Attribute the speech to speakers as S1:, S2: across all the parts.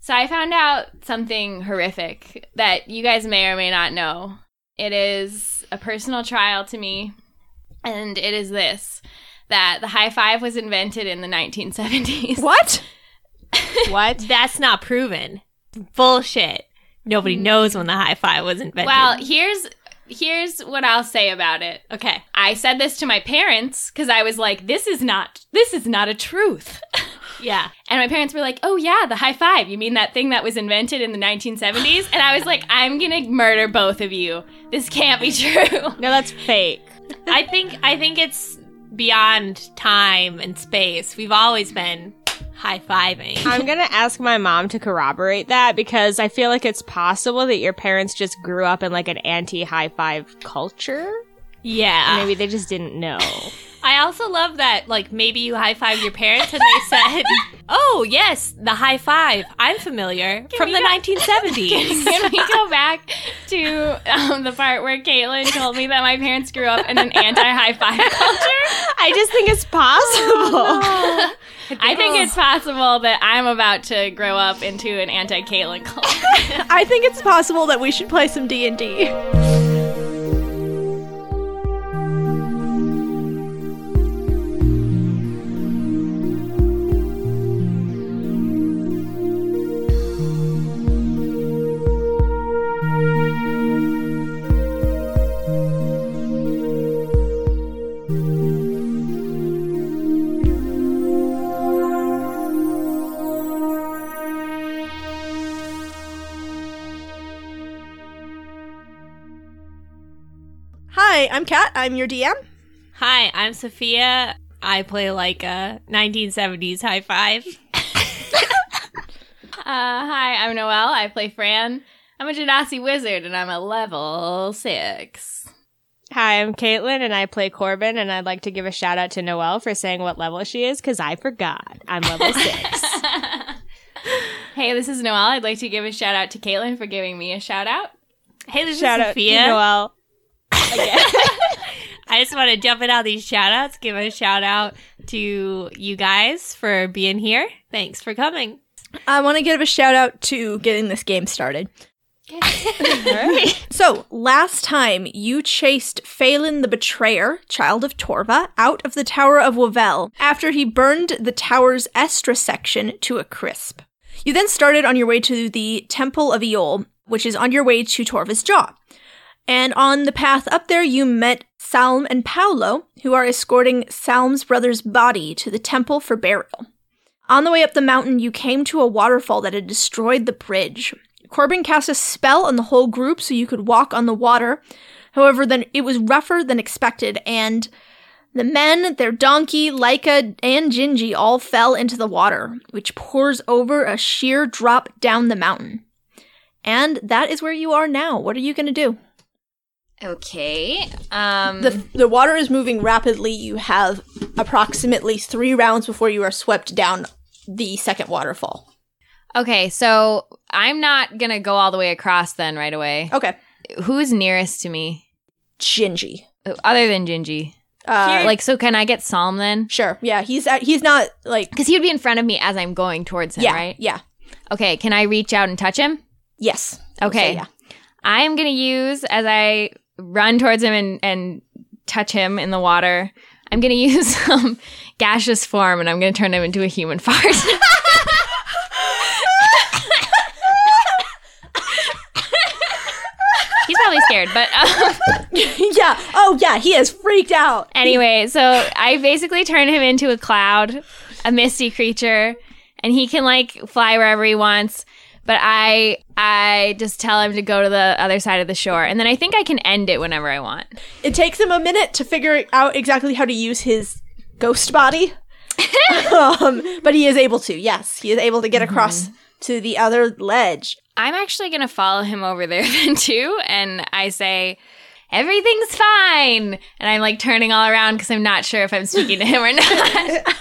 S1: So I found out something horrific that you guys may or may not know. It is a personal trial to me, and it is this that the high five was invented in the 1970s.
S2: What?
S3: What?
S4: That's not proven. Bullshit. Nobody
S2: Hmm.
S4: knows when the high five was invented.
S1: Well, here's here's what I'll say about it.
S4: okay.
S1: I said this to my parents cuz I was like this is not this is not a truth.
S4: Yeah.
S1: And my parents were like, "Oh yeah, the high five. You mean that thing that was invented in the 1970s?" And I was like, "I'm going to murder both of you. This can't be true."
S3: No, that's fake.
S4: I think I think it's beyond time and space. We've always been high fiving.
S3: I'm gonna ask my mom to corroborate that because I feel like it's possible that your parents just grew up in like an anti high five culture.
S4: Yeah.
S3: Maybe they just didn't know.
S4: I also love that, like, maybe you high five your parents and they said, Oh, yes, the high five. I'm familiar from
S1: we
S4: the
S1: go-
S4: 1970s.
S1: Can we go back to um, the part where Caitlin told me that my parents grew up in an anti-high five culture?
S3: I just think it's possible.
S1: Oh, I think it's possible that I'm about to grow up into an anti-Caitlin culture.
S2: I think it's possible that we should play some D&D. Hi, I'm Kat. I'm your DM.
S4: Hi, I'm Sophia. I play like a 1970s high five.
S1: Uh, hi, I'm Noelle. I play Fran. I'm a Genasi wizard and I'm a level 6.
S3: Hi, I'm Caitlin and I play Corbin and I'd like to give a shout out to Noelle for saying what level she is because I forgot. I'm level six.
S1: Hey, this is Noelle. I'd like to give a shout out to Caitlin for giving me a shout out.
S4: Hey, this
S3: shout
S4: is
S3: out
S4: Sophia.
S3: to Noelle.
S4: I just want to jump in all these shout outs, give a shout out to you guys for being here. Thanks for coming.
S2: I want to give a shout out to getting this game started. So, last time you chased Phelan the Betrayer, child of Torva, out of the Tower of Wavel after he burned the tower's Estra section to a crisp. You then started on your way to the Temple of Eol, which is on your way to Torva's Jaw. And on the path up there, you met Salm and Paolo, who are escorting Salm's brother's body to the temple for burial. On the way up the mountain, you came to a waterfall that had destroyed the bridge. Corbin cast a spell on the whole group so you could walk on the water. However, then it was rougher than expected, and the men, their donkey, Laika, and Gingy all fell into the water, which pours over a sheer drop down the mountain. And that is where you are now. What are you going to do?
S1: Okay. Um,
S2: The, the water is moving rapidly. You have approximately three rounds before you are swept down the second waterfall.
S1: okay, so I'm not going to go all the way across then right away.
S2: Okay.
S1: Who's nearest to me
S2: Gingy.
S1: other than Gingy?
S2: Uh,
S1: Like, so can I get Psalm then?
S2: sure. Yeah, he's at, he's not like
S1: Because he would be in front of me as I'm going towards him,
S2: yeah
S1: right?
S2: yeah
S1: Okay, can I reach out and touch him?
S2: yes
S1: Okay.
S2: So, yeah.
S1: I am going to use, as I run towards him and, and touch him in the water, I'm going to use some gaseous form and I'm going to turn him into a human fart. He's probably scared, but um,
S2: yeah oh yeah he is freaked out
S1: anyway, so I basically turn him into a cloud, a misty creature, and he can like fly wherever he wants. But I I just tell him to go to the other side of the shore, and then I think I can end it whenever I want.
S2: it takes him a minute to figure out exactly how to use his ghost body um, but he is able to yes he is able to get across to the other ledge
S1: I'm actually going to follow him over there then too. And I say, everything's fine. And I'm like turning all around because I'm not sure if I'm speaking to him or not.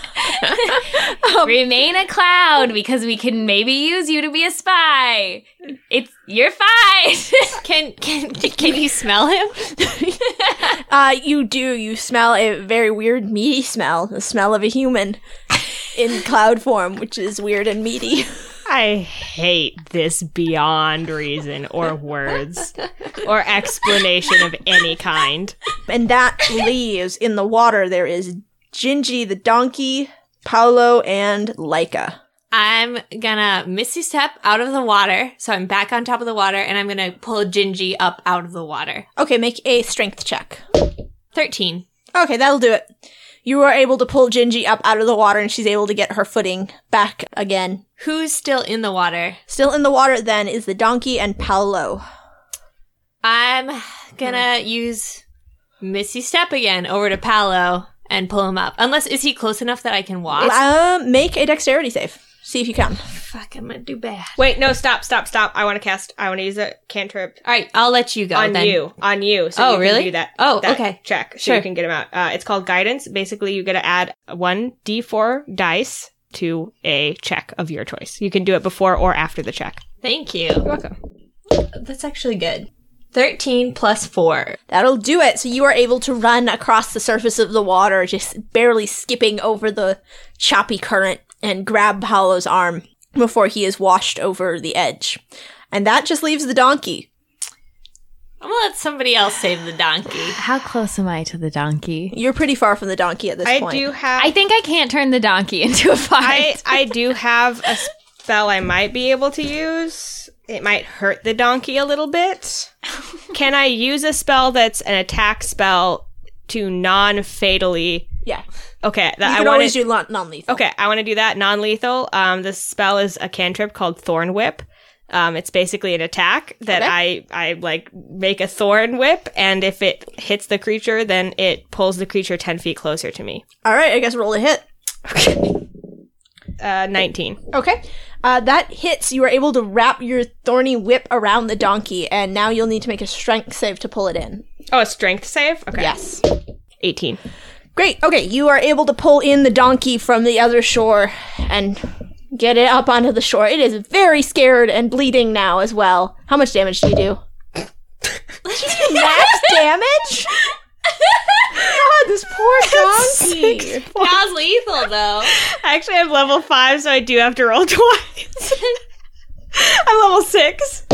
S1: Remain a cloud because we can maybe use you to be a spy. It's you're fine.
S4: Can can can you smell him?
S2: uh, you do you smell a very weird meaty smell the smell of a human in cloud form which is weird and meaty
S3: I hate this beyond reason or words or explanation of any kind.
S2: And that leaves in the water there is Gingy the donkey, Paolo, and Leica.
S4: I'm gonna Missy step out of the water, so I'm back on top of the water, and I'm gonna pull Gingy up out of the water.
S2: Okay, make a strength check.
S4: 13.
S2: Okay, that'll do it. You are able to pull Gingy up out of the water and she's able to get her footing back again.
S4: Who's still in the water?
S2: Still in the water then is the donkey and Paolo.
S4: I'm gonna use Missy step again over to Palo and pull him up. Unless, is he close enough that I can walk?
S2: Uh, make a dexterity save. See if you can.
S4: Fuck, I'm gonna do bad.
S3: Wait, no, stop, stop, stop. I want to cast, I want to use a cantrip
S4: All right, I'll let you go
S3: on
S4: Oh, then.
S3: you, on you. So
S4: Oh,
S3: you
S4: really?
S3: Can do that.
S4: Oh,
S3: that
S4: okay.
S3: Check so you
S4: Sure.
S3: can get him out. Uh, it's called guidance. Basically, you get to add one d4 dice to a check of your choice. You can do it before or after the check.
S4: Thank you.
S3: You're welcome.
S4: That's actually good. 13 plus 4.
S2: That'll do it. So you are able to run across the surface of the water, just barely skipping over the choppy current and grab Paolo's arm before he is washed over the edge. And that just leaves the donkey.
S4: I'm gonna let somebody else save the donkey.
S1: How close am I to the donkey?
S2: You're pretty far from the donkey at this
S3: I
S2: point.
S3: do have.
S1: I think I can't turn the donkey into a fox.
S3: I I do have a spell I might be able to use. It might hurt the donkey a little bit. Can I use a spell that's an attack spell to non-fatally?
S2: Yeah.
S3: Okay,
S2: You
S3: that
S2: can
S3: I want
S2: always
S3: to.
S2: do non- non-lethal.
S3: Okay, I want to do that non-lethal. Um, this spell is a cantrip called Thorn Whip. Um, it's basically an attack that I I like make a thorn whip, and if it hits the creature, then it pulls the creature ten feet closer to me.
S2: All right, I guess roll a hit.
S3: Uh, nineteen.
S2: Okay. Uh, that hits. You are able to wrap your thorny whip around the donkey, and now you'll need to make a strength save to pull it in.
S3: Oh, a strength save. Okay.
S2: Yes.
S3: Eighteen.
S2: Great. Okay, you are able to pull in the donkey from the other shore and get it up onto the shore. It is very scared and bleeding now as well. How much damage do you do? Max damage? God, this poor donkey.
S4: Sounds lethal though.
S3: Actually, I'm level five, so I do have to roll twice. I'm level six.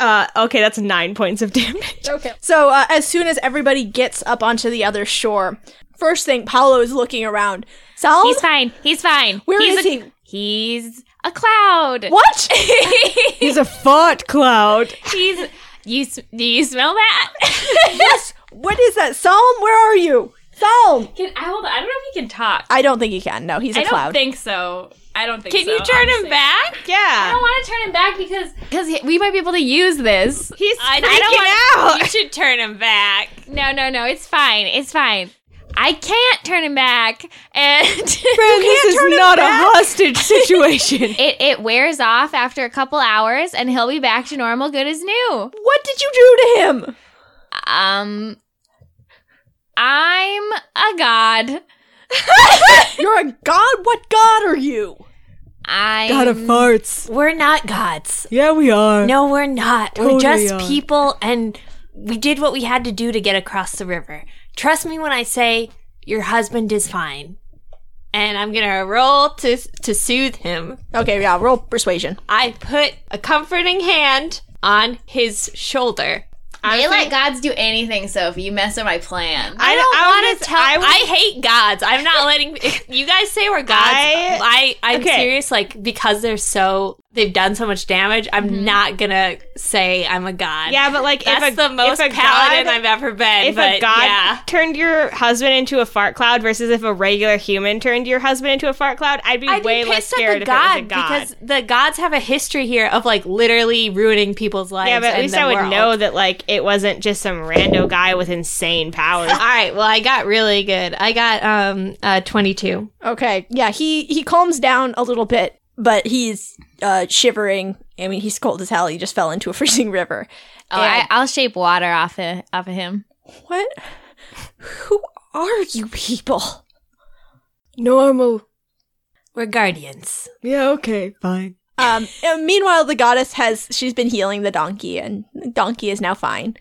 S3: Uh, okay, that's nine points of damage.
S2: Okay. So uh, as soon as everybody gets up onto the other shore, first thing Paolo is looking around. Sal,
S1: He's fine. He's fine.
S2: where
S1: he's
S2: is
S1: a,
S2: he?
S1: He's a cloud.
S2: What?
S3: He's a fart cloud.
S1: He's you. s- Do you smell that?
S2: yes. What is that? Psalm, where are you? Psalm.
S1: can I hold? On, I don't know if he can talk.
S2: I don't think he can. No, he's a
S1: I don't
S2: cloud.
S1: think so. I don't think.
S4: Can
S1: so,
S4: you turn him
S1: honestly.
S4: back?
S1: I
S3: Yeah.
S1: don't want to turn him back because because we might be able to use this.
S3: He's
S4: I,
S3: freaking
S4: I don't
S3: out.
S4: want. You should turn him back.
S1: No, no, no. It's fine. It's fine. I can't turn him back, and
S3: this is not a hostage situation.
S1: it it wears off after a couple hours, and he'll be back to normal, good as new.
S2: What did you do to him?
S1: Um, I'm a god.
S2: You're a god? What god are you?
S1: I
S3: farts.
S4: We're not gods.
S3: Yeah, we are.
S4: No, we're not.
S3: Totally
S4: we're just
S3: are.
S4: people, and we did what we had to do to get across the river. Trust me when I say your husband is fine. And I'm gonna roll to to soothe him.
S2: Okay, yeah, roll persuasion.
S4: I put a comforting hand on his shoulder.
S1: They let gods do anything, Sophie. You mess up my plan.
S4: I don't
S3: I
S4: want
S3: was-
S4: to tell.
S3: I
S4: I,
S3: was-
S4: hate gods. I'm not letting you guys say we're gods.
S3: I-
S4: I, I am
S3: okay.
S4: serious. Like because they're so they've done so much damage. I'm not gonna say I'm a god.
S3: Mm-hmm. Yeah, but like
S4: That's
S3: if a,
S4: the most
S3: if a
S4: paladin
S3: god,
S4: I've ever been.
S3: if
S4: but
S3: a god
S4: yeah.
S3: turned your husband into a fart cloud versus if a regular human turned your husband into a fart cloud, I'd be
S4: I'd
S3: way
S4: be
S3: less
S4: pissed
S3: scared
S4: at the
S3: if
S4: god,
S3: it was a god.
S4: because the gods have a history here of like literally ruining people's lives.
S3: yeah, but at
S4: and
S3: least
S4: the
S3: I would
S4: world.
S3: know that like it wasn't just some rando guy with insane powers.
S4: All right, well, I got really good. I got um uh 22.
S2: Okay, yeah, he he calms down a little bit, but he's uh shivering. I mean, he's cold as hell. He just fell into a freezing river.
S1: oh, I, I'll shape water off of, off of him.
S2: What? Who are you people? Normal.
S4: We're guardians.
S3: yeah, okay, fine.
S2: Um, and meanwhile, the goddess has she's been healing the donkey, and the donkey is now fine.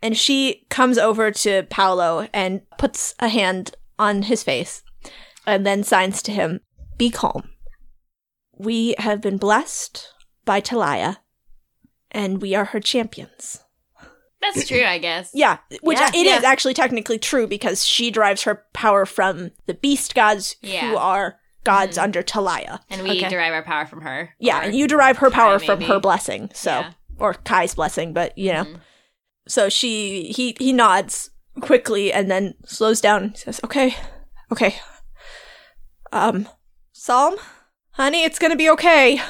S2: And she comes over to Paolo and puts a hand on his face, and then signs to him, "Be calm. We have been blessed by Talia, and we are her champions.
S1: That's true, I guess.
S2: Yeah, which
S4: Yeah.
S2: it is
S4: Yeah.
S2: actually technically true because she derives her power from the beast gods,
S1: Yeah.
S2: who are gods under Talia.
S1: And we
S4: Okay.
S1: derive our power from her.
S2: Yeah,
S1: Or-
S2: and you derive her power
S1: Kai,
S2: from
S1: maybe.
S2: her blessing. So
S1: Yeah. Mm-hmm.
S2: or Kai's blessing, but you know. So she he he nods quickly and then slows down and says, Okay, okay. Um Psalm, honey, it's gonna be okay.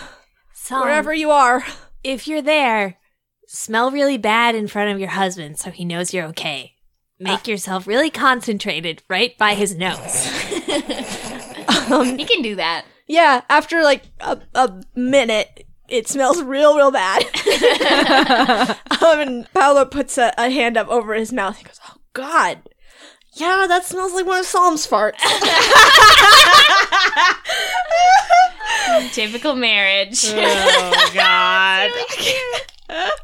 S4: So
S1: Um.
S2: Wherever you are.
S4: if you're there, smell really bad in front of your husband so he knows you're okay. Make yourself really concentrated right by his nose.
S1: He can do that.
S2: Um, Yeah, after like a, a minute, it smells real, real bad. um, and Paolo puts a, a hand up over his mouth. He goes, Oh, God. Yeah, that smells like one of Psalm's farts.
S1: Typical marriage.
S3: Oh god.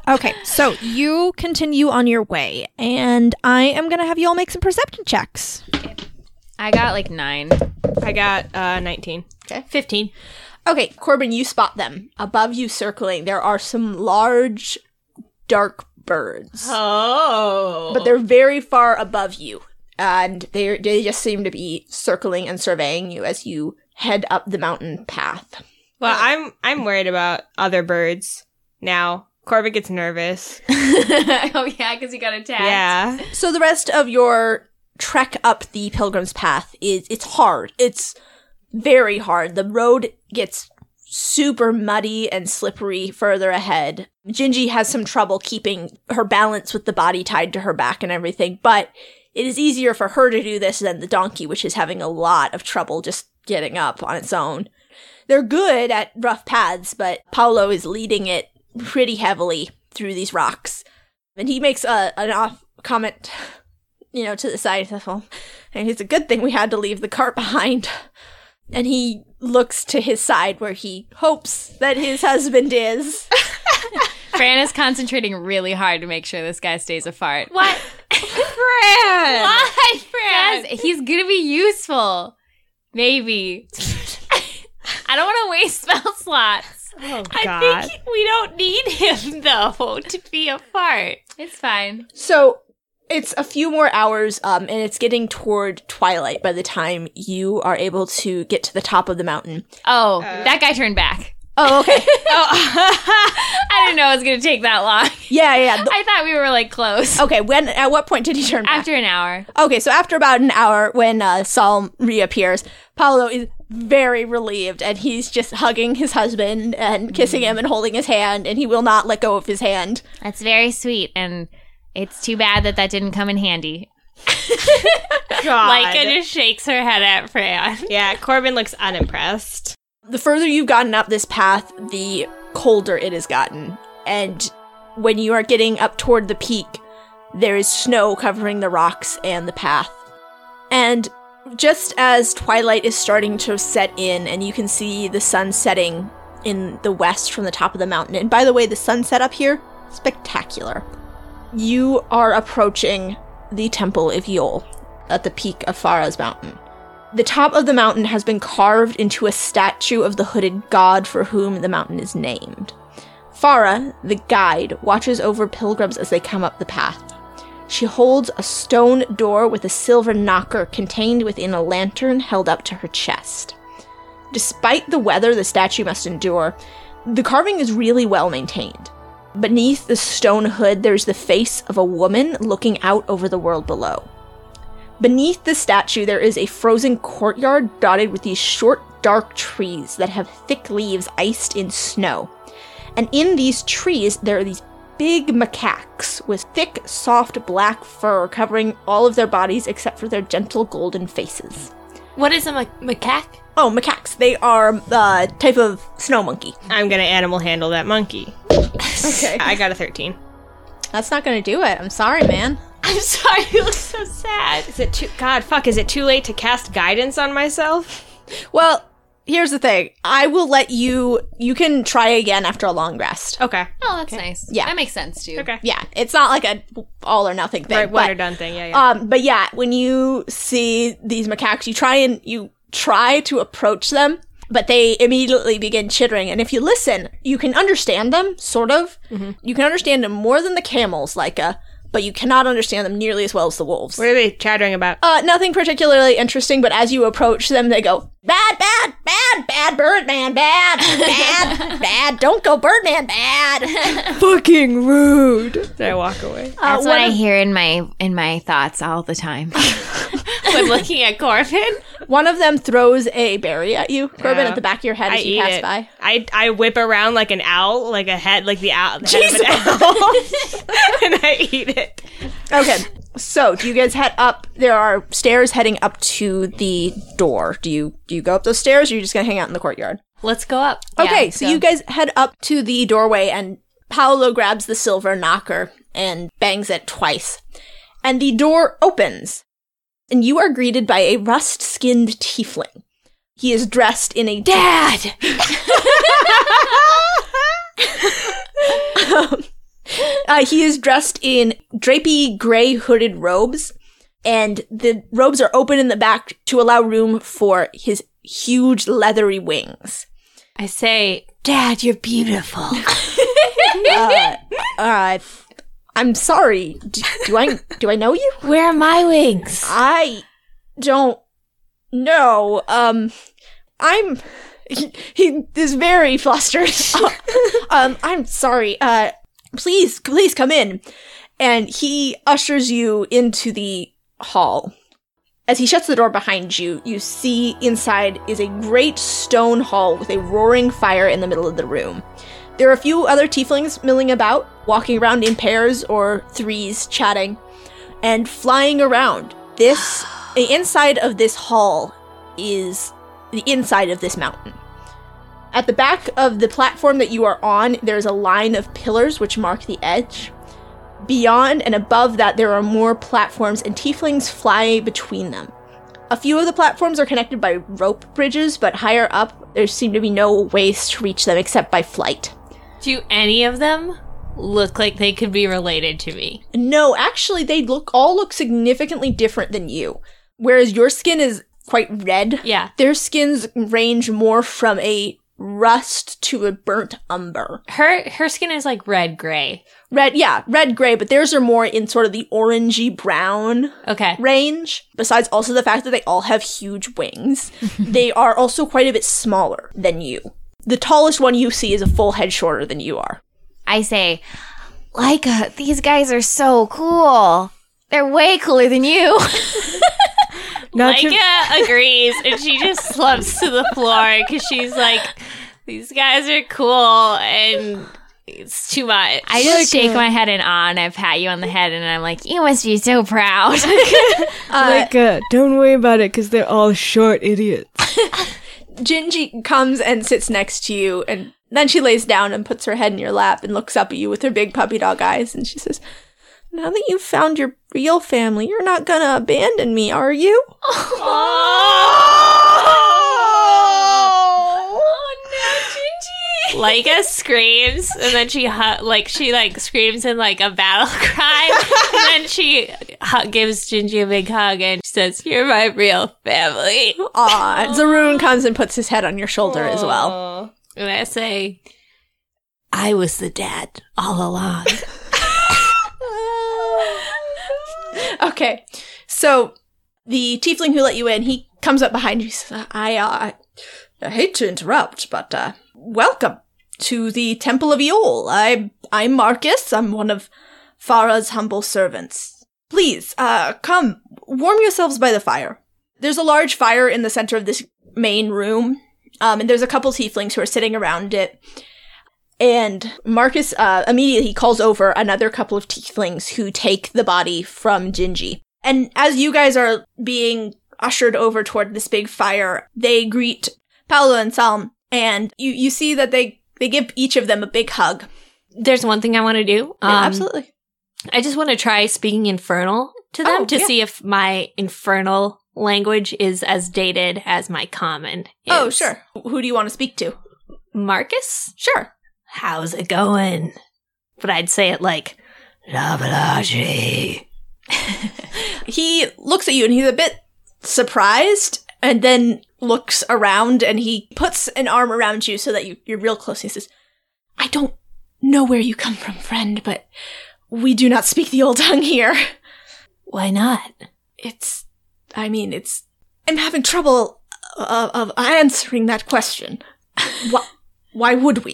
S2: Okay, so you continue on your way, and I am gonna have you all make some perception checks.
S1: I got like nine.
S3: I got uh 19.
S4: 15.
S2: Okay, Corbin, you spot them. Above you circling, there are some large, dark birds.
S3: Oh.
S2: But they're very far above you, and they they just seem to be circling and surveying you as you head up the mountain path.
S3: Well, I'm I'm worried about other birds now. Corbin gets nervous.
S1: oh yeah, because you got attacked.
S3: Yeah.
S2: So the rest of your trek up the pilgrim's path is it's hard. It's very hard. The road gets super muddy and slippery further ahead. Gingy has some trouble keeping her balance with the body tied to her back and everything, but it is easier for her to do this than the donkey, which is having a lot of trouble just getting up on its own. They're good at rough paths, but Paolo is leading it pretty heavily through these rocks. And he makes a, an off comment, you know, to the side. He says, "Well, And it's a good thing we had to leave the cart behind. And he looks to his side where he hopes that his husband is.
S1: Fran is concentrating really hard to make sure this guy stays apart.
S4: What?
S3: Fran!
S1: Why, Fran? He's gonna be useful. Maybe. I don't want to waste spell slots.
S3: Oh
S4: I
S3: god.
S4: think we don't need him though to be apart.
S1: It's fine.
S2: So it's a few more hours, um, and it's getting toward twilight by the time you are able to get to the top of the mountain.
S1: Oh,
S3: Uh.
S1: that guy turned back.
S2: Oh, okay.
S1: Oh, I didn't know it was gonna take that long.
S2: yeah, yeah. The-
S1: I thought we were like close.
S2: okay, when at what point did he turn back?
S1: After an hour,
S2: Okay, so after about an hour, when uh, Saul reappears, Paolo is very relieved and he's just hugging his husband and kissing him and holding his hand, and he will not let go of his hand.
S1: that's very sweet, and it's too bad that that didn't come in handy.
S3: god.
S4: Micah just shakes her head at Fran.
S3: yeah, Corbin looks unimpressed.
S2: The further you've gotten up this path, the colder it has gotten. And when you are getting up toward the peak, there is snow covering the rocks and the path. And just as twilight is starting to set in and you can see the sun setting in the west from the top of the mountain. And by the way, the sunset up here, spectacular. You are approaching the Temple of Yol at the peak of Farah's Mountain. The top of the mountain has been carved into a statue of the hooded god for whom the mountain is named. Farah, the guide, watches over pilgrims as they come up the path. She holds a stone door with a silver knocker contained within a lantern held up to her chest. Despite the weather the statue must endure, the carving is really well maintained. Beneath the stone hood, there's the face of a woman looking out over the world below. Beneath the statue, there is a frozen courtyard dotted with these short, dark trees that have thick leaves iced in snow. And in these trees, there are these big macaques with thick, soft black fur covering all of their bodies except for their gentle golden faces.
S4: What is a ma- macaque?
S2: Oh, macaques. They are a uh, type of snow monkey.
S3: I'm going to animal handle that monkey.
S2: Okay.
S3: I got a 13.
S2: That's not going to do it. I'm sorry, man.
S4: I'm sorry, you look so sad.
S3: Is it too God, fuck, is it too late to cast guidance on myself?
S2: Well, here's the thing. I will let you you can try again after a long rest.
S3: Okay.
S1: Oh, that's nice.
S2: Yeah.
S1: that makes sense too.
S3: Okay.
S2: Yeah, it's not like a all or nothing thing.
S3: Right, one
S2: but-
S3: or done thing. Yeah,
S4: Oh.
S3: yeah.
S2: Um, but yeah, when you see these macaques, you try and you try to approach them, but they immediately begin chittering. And if you listen, you can understand them, sort of. You can understand them more than the camels, Leica, but you cannot understand them nearly as well as the wolves.
S3: What are they chattering about?
S4: Oh.
S2: Uh, nothing particularly interesting, but as you approach them, they go, bad, bad, bad, bad, Birdman, bad, bad, bad, don't go Birdman, bad. Fucking rude.
S3: Did I walk away?
S4: Uh,
S1: That's what I hear in my in my thoughts all the time.
S4: when looking at Corbin.
S2: One of them throws a berry at you, Corbin, at the back of your head
S3: I
S2: as you
S3: eat
S2: pass
S3: it.
S2: by.
S3: I I whip around like an owl, like a head, like the owl, the head of an owl, and I eat it.
S2: Okay, so do you guys head up? There are stairs heading up to the door. Do you do you go up those stairs, or you're just gonna hang out in the courtyard?
S4: Let's go up.
S2: Okay, so you guys head up to the doorway, and Paolo grabs the silver knocker and bangs it twice. And the door opens, and you are greeted by a rust skinned tiefling. He is dressed in a dad! Um, uh, he is dressed in drapey gray hooded robes, and the robes are open in the back to allow room for his huge leathery wings.
S4: I say, Dad, you're beautiful.
S2: uh, uh, I'm sorry. Do, do I do I know you?
S4: Where are my wings?
S2: I don't know. Um, I'm. He, he is very flustered. um, I'm sorry. Uh, please, please come in. And he ushers you into the hall. As he shuts the door behind you, you see inside is a great stone hall with a roaring fire in the middle of the room. There are a few other tieflings milling about, walking around in pairs or threes, chatting and flying around. This the inside of this hall is the inside of this mountain. At the back of the platform that you are on, there is a line of pillars which mark the edge. Beyond and above that, there are more platforms, and tieflings fly between them. A few of the platforms are connected by rope bridges, but higher up, there seem to be no ways to reach them except by flight.
S4: Do any of them look like they could be related to me?
S2: No, actually, they look all look significantly different than you. Whereas your skin is quite red.
S4: Yeah.
S2: Their skins range more from a rust to a burnt umber.
S4: Her her skin is like red gray.
S2: Red, yeah, red gray, but theirs are more in sort of the orangey brown
S4: Okay.
S2: range. Besides also the fact that they all have huge wings, they are also quite a bit smaller than you. The tallest one you see is a full head shorter than you are.
S1: I say, Leica, these guys are so cool. They're way cooler than you.
S3: Not
S4: Micah agrees, and she just slumps to the floor because she's like, "These guys are cool, and it's too much."
S1: I just shake my head in awe and I pat you on the head and I'm like, you must be so proud.
S5: Micah, don't worry about it because they're all short idiots.
S2: Gingy comes and sits next to you, and then she lays down and puts her head in your lap and looks up at you with her big puppy dog eyes, and she says, "Now that you've found your real family, you're not gonna abandon me, are you?"
S4: Leica screams, and then she hu- like she like screams in like a battle cry, and then she hu- gives Gingy a big hug and says, "You're my real family."
S2: Aw, Zaroon comes and puts his head on your shoulder as well.
S4: And I say, "I was the dad all along."
S2: Okay, so the tiefling who let you in, he comes up behind you. He says, "I, uh, I hate to interrupt, but uh, welcome to the Temple of Eol. I, I'm Marcus. I'm one of Farah's humble servants. Please, uh, come, warm yourselves by the fire. There's a large fire in the center of this main room, um, and there's a couple tieflings who are sitting around it. And Marcus uh, immediately calls over another couple of tieflings who take the body from Gingy. And as you guys are being ushered over toward this big fire, they greet Paolo and Salm, and you, you see that they, they give each of them a big hug.
S4: There's one thing I want to do.
S2: Yeah,
S4: Um,
S2: absolutely.
S4: I just want to try speaking infernal to them
S2: Oh,
S4: to
S2: yeah.
S4: see if my infernal language is as dated as my common. is.
S2: Oh, sure. Who do you want to speak to?
S4: Marcus,
S2: Sure.
S4: how's it going? But I'd say it like Labalaji.
S2: He looks at you and he's a bit surprised and then looks around and he puts an arm around you so that you, you're real close. He says, I don't know where you come from, friend, but we do not speak the old tongue here.
S4: Why not?
S2: It's, I mean, it's, I'm having trouble of, of answering that question. why, why would we?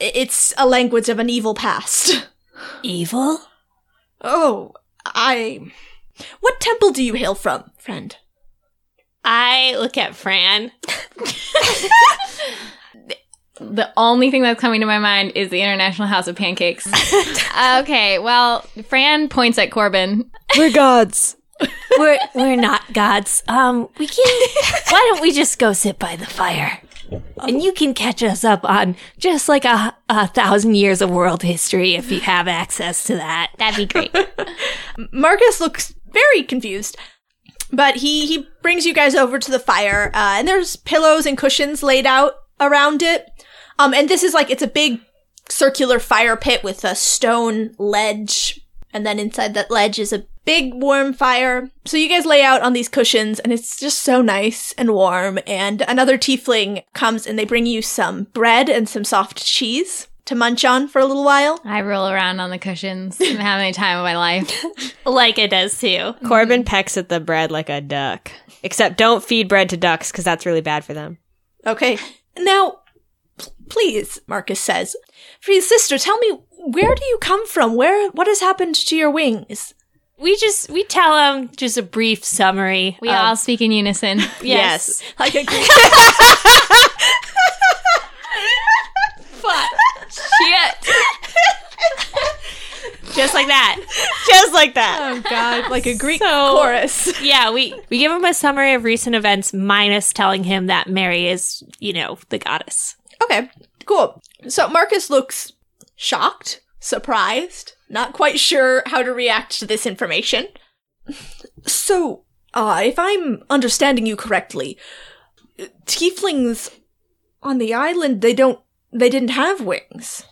S2: I- It's a language of an evil past.
S4: Evil?
S2: Oh, I. What temple do you hail from, friend?
S4: I look at Fran.
S1: The only thing that's coming to my mind is the International House of Pancakes. okay, well, Fran points at Corbin.
S5: We're gods.
S4: We're we're not gods. Um, we can. why don't we just go sit by the fire, and you can catch us up on just like a, a thousand years of world history if you have access to that.
S1: That'd be great.
S2: Marcus looks very confused, but he he brings you guys over to the fire, uh, and there's pillows and cushions laid out around it. Um, and this is like it's a big circular fire pit with a stone ledge, and then inside that ledge is a big warm fire. So you guys lay out on these cushions, and it's just so nice and warm. And another tiefling comes, and they bring you some bread and some soft cheese to munch on for a little while.
S1: I roll around on the cushions. I'm having a time of my life.
S4: Leica does too.
S3: Corbin pecks at the bread like a duck. Except don't feed bread to ducks because that's really bad for them.
S2: Okay. Now, p- please, Marcus says, please, sister, tell me, where do you come from? Where, what has happened to your wings?
S4: We just we tell them just a brief summary.
S1: We
S4: of-
S1: all speak in unison.
S4: Um, yes.
S2: Like a,
S1: Shit.
S4: just like that.
S3: Just like that.
S2: oh God, like a Greek
S4: So-
S2: chorus.
S4: Yeah, we we give him a summary of recent events, minus telling him that Mary is you know the goddess.
S2: Okay, cool. So Marcus looks shocked, surprised, not quite sure how to react to this information. So, uh, if I'm understanding you correctly, tieflings on the island, they don't, they didn't have wings.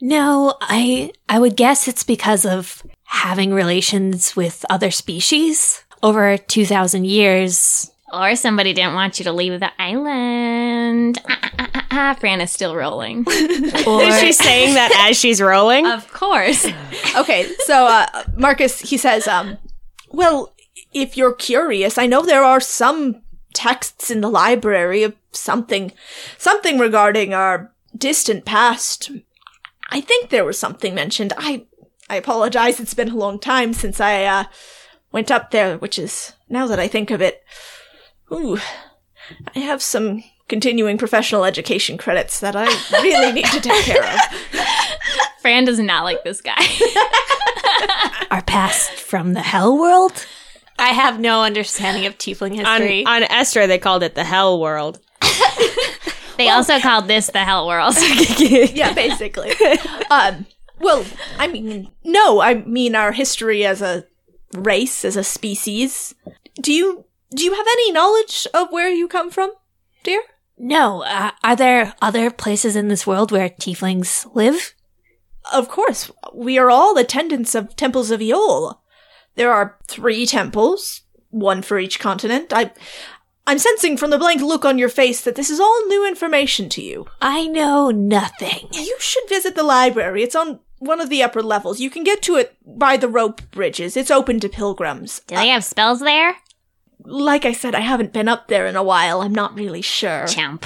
S4: No, I I would guess it's because of having relations with other species over 2000 years.
S1: Or somebody didn't want you to leave the island. Ah, ah, ah, ah, ah. Fran is still rolling.
S4: Oh.
S3: Is she saying that as she's rolling?
S1: of course.
S2: okay, so uh, Marcus, he says, um, well, if you're curious, I know there are some texts in the library of something, something regarding our distant past. I think there was something mentioned. I, I apologize. It's been a long time since I uh, went up there, which is now that I think of it, ooh, I have some continuing professional education credits that I really need to take care of.
S1: Fran does not like this guy.
S4: Our past from the hell world? I have no understanding of tiefling
S3: on,
S4: history.
S3: on Estra, they called it the hell world.
S1: They also called this the hell world.
S2: yeah, basically. um, well, I mean, no, I mean our history as a race, as a species. Do you do you have any knowledge of where you come from, dear?
S4: no, uh, are there other places in this world where tieflings live?
S2: Of course, we are all attendants of temples of Yol. There are three temples, one for each continent. I, I'm sensing from the blank look on your face that this is all new information to you.
S4: I know nothing.
S2: You should visit the library. It's on one of the upper levels. You can get to it by the rope bridges. It's open to pilgrims.
S1: Do they have spells there?
S2: like I said, I haven't been up there in a while. I'm not really sure.
S1: Chump.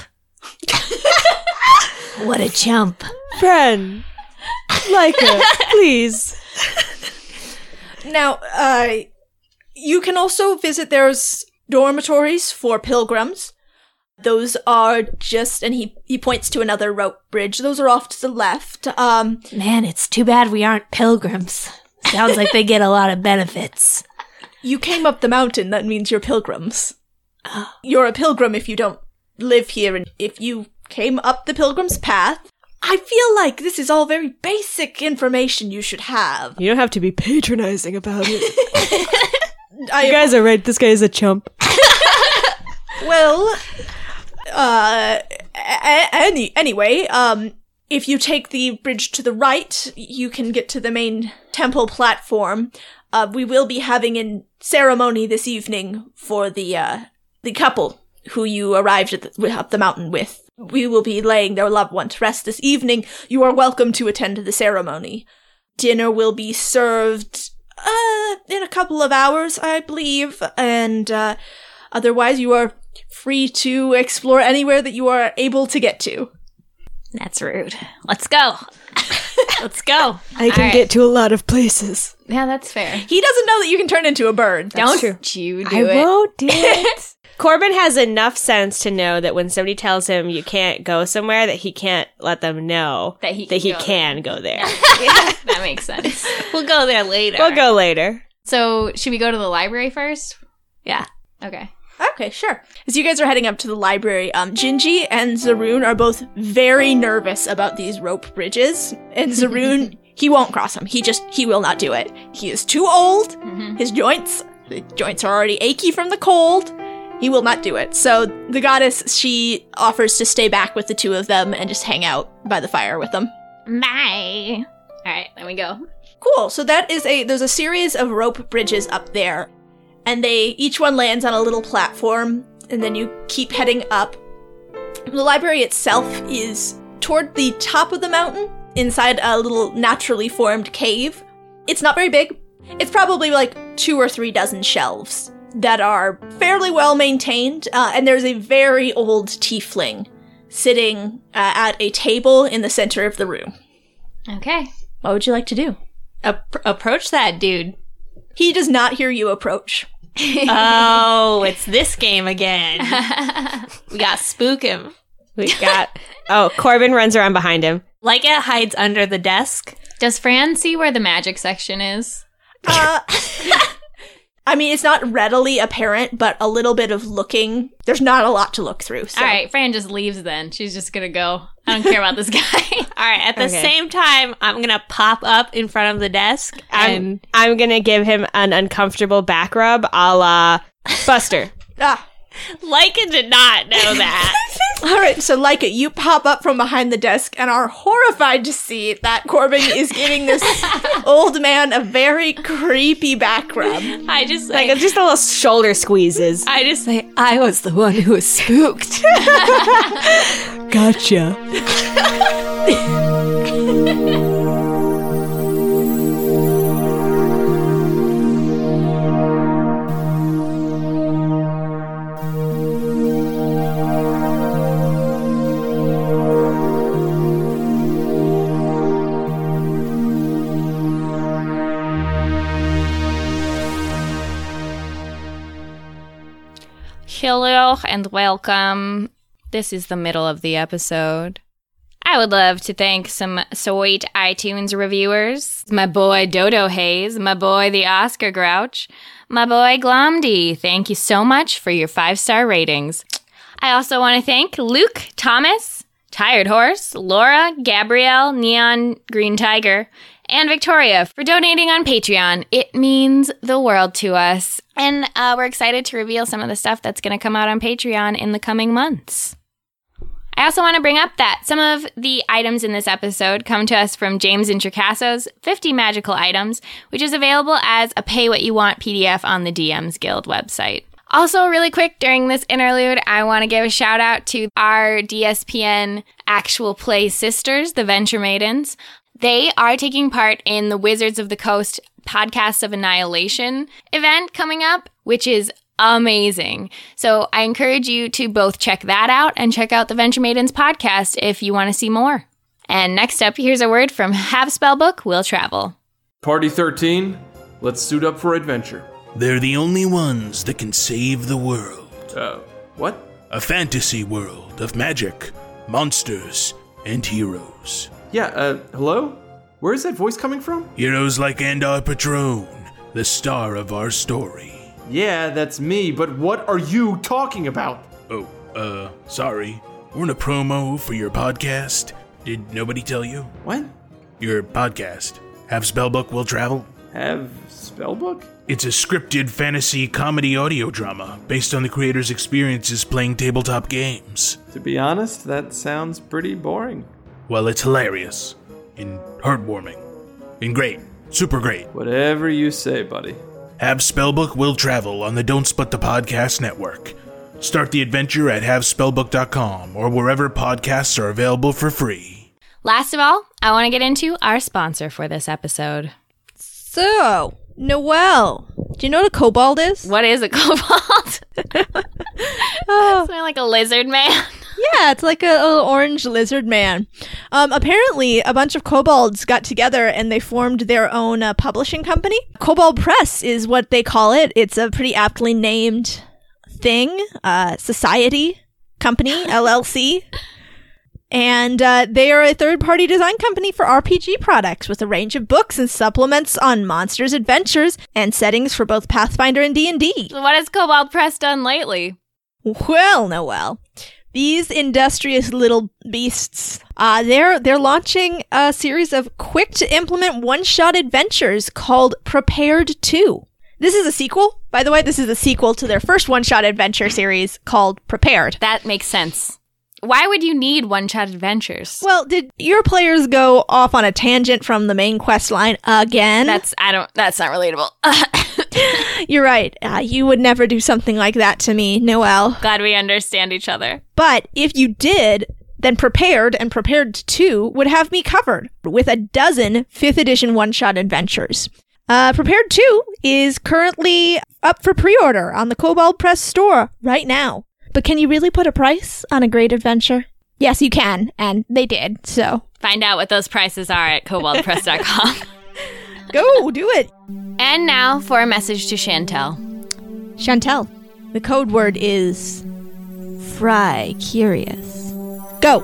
S4: What a chump.
S5: Friend. Leica, please.
S2: Now, uh, you can also visit there's dormitories for pilgrims. Those are just, and he, he points to another rope bridge. Those are off to the left. Um,
S4: Man, it's too bad we aren't pilgrims. Sounds like they get a lot of benefits.
S2: you came up the mountain. That means you're pilgrims. You're a pilgrim if you don't live here, and if you came up the pilgrim's path. I feel like this is all very basic information you should have.
S5: You don't have to be patronizing about it.
S2: I
S5: You guys are right. This guy is a chump.
S2: Well, uh, a- any anyway, um, if you take the bridge to the right, you can get to the main temple platform. Uh, we will be having a ceremony this evening for the uh, the couple who you arrived at the, up the mountain with. We will be laying their loved one to rest this evening. You are welcome to attend the ceremony. Dinner will be served uh, in a couple of hours, I believe, and uh, otherwise you are free to explore anywhere that you are able to get to.
S1: That's rude. Let's go. Let's go.
S5: I can
S1: All right.
S5: get to a lot of places.
S1: Yeah, that's fair.
S2: He doesn't know that you can turn into a bird.
S1: Don't you do
S5: I
S1: it.
S5: won't do it.
S3: Corbin has enough sense to know that when somebody tells him you can't go somewhere, that he can't let them know
S1: That he
S3: that
S1: can
S3: he
S1: go
S3: can go there.
S1: That makes sense. We'll go there later.
S3: we'll go later.
S1: So, should we go to the library first?
S4: Yeah.
S1: Okay.
S2: Okay, sure. As you guys are heading up to the library, um, Jinji and Zaroon are both very nervous about these rope bridges. And Zaroon, he won't cross them. He just, he will not do it. He is too old. His joints, the joints are already achy from the cold. He will not do it. So the goddess, she offers to stay back with the two of them and just hang out by the fire with them.
S1: Bye. All right, then we go.
S2: Cool. So that is a there's a series of rope bridges up there, and they each one lands on a little platform, and then you keep heading up. The library itself is toward the top of the mountain, inside a little naturally formed cave. It's not very big. It's probably like two or three dozen shelves that are fairly well maintained, uh, and there's a very old tiefling sitting uh, at a table in the center of the room.
S1: Okay.
S2: What would you like to do?
S4: Ap- approach that dude.
S2: He does not hear you approach.
S4: Oh, it's this game again. we got spook him.
S3: We got. oh, Corbin runs around behind him.
S4: Like it hides under the desk.
S1: Does Fran see where the magic section is?
S2: Uh, I mean, it's not readily apparent, but a little bit of looking. There's not a lot to look through. So.
S1: All right, Fran just leaves then. She's just going to go. I don't care about this guy.
S4: All right. At the
S3: Okay.
S4: same time, I'm gonna pop up in front of the desk
S3: I'm
S4: and
S3: I'm gonna give him an uncomfortable back rub, a la Buster.
S2: Ah.
S4: Lycan did not know that.
S2: All right. So, Leica, you pop up from behind the desk and are horrified to see that Corbin is giving this old man a very creepy back rub.
S4: I just
S3: like it's just a little shoulder squeezes.
S4: I just say I was the one who was spooked.
S5: Gotcha.
S1: Hello and welcome. This is the middle of the episode. I would love to thank some sweet iTunes reviewers. My boy Dodo Hayes, my boy the Oscar Grouch, my boy Glomdy. Thank you so much for your five star ratings. I also want to thank Luke Thomas, Tired Horse, Laura, Gabrielle, Neon Green Tiger, and Victoria for donating on Patreon. It means the world to us. And uh, we're excited to reveal some of the stuff that's going to come out on Patreon in the coming months. I also want to bring up that some of the items in this episode come to us from James and Tricasso's 50 Magical Items, which is available as a pay what you want PDF on the DMs Guild website. Also, really quick during this interlude, I want to give a shout out to our DSPN actual play sisters, the Venture Maidens. They are taking part in the Wizards of the Coast Podcasts of Annihilation event coming up, which is amazing. So I encourage you to both check that out and check out the Venture Maidens podcast if you want to see more. And next up, here's a word from Have Spellbook Will Travel.
S6: Party 13, let's suit up for adventure.
S7: They're the only ones that can save the world.
S6: Uh, what?
S7: A fantasy world of magic, monsters, and heroes.
S6: Yeah, uh, hello? Where is that voice coming from?
S7: Heroes like Andar Patron, the star of our story.
S6: Yeah, that's me, but what are you talking about?
S7: Oh, uh, sorry. We're in a promo for your podcast. Did nobody tell you?
S6: What?
S7: Your podcast, Have Spellbook Will Travel?
S6: Have spellbook?
S7: It's a scripted fantasy comedy audio drama based on the creator's experiences playing tabletop games.
S6: To be honest, that sounds pretty boring.
S7: Well, it's hilarious and heartwarming and great, super great.
S6: Whatever you say, buddy.
S7: Have Spellbook will travel on the Don't Split the Podcast network. Start the adventure at havespellbook.com or wherever podcasts are available for free.
S1: Last of all, I want to get into our sponsor for this episode.
S2: So, Noel, do you know what a kobold is?
S1: What is a cobalt? It's like a lizard man.
S2: Yeah, it's like a, a little orange lizard man. Um, apparently, a bunch of kobolds got together and they formed their own uh, publishing company. Kobold Press is what they call it. It's a pretty aptly named thing, uh, society company, LLC. And uh, they are a third party design company for RPG products with a range of books and supplements on monsters, adventures, and settings for both Pathfinder and D&D.
S1: What has Cobalt Press done lately?
S2: Well, Noel, these industrious little beasts, uh, they're they're launching a series of quick to implement one shot adventures called Prepared Two. This is a sequel, by the way. This is a sequel to their first one shot adventure series called Prepared.
S1: That makes sense. Why would you need one shot adventures?
S2: Well, did your players go off on a tangent from the main quest line again?
S1: That's I don't that's not relatable.
S2: You're right. Uh, you would never do something like that to me, Noel.
S1: Glad we understand each other.
S2: But if you did, then Prepared and Prepared 2 would have me covered with a dozen 5th edition one shot adventures. Uh, Prepared 2 is currently up for pre order on the Cobalt Press store right now. But can you really put a price on a great adventure? Yes, you can, and they did, so
S1: Find out what those prices are at cobaltpress.com.
S2: go do it.
S1: and now for a message to Chantel.
S2: Chantel, the code word is Fry Curious. Go!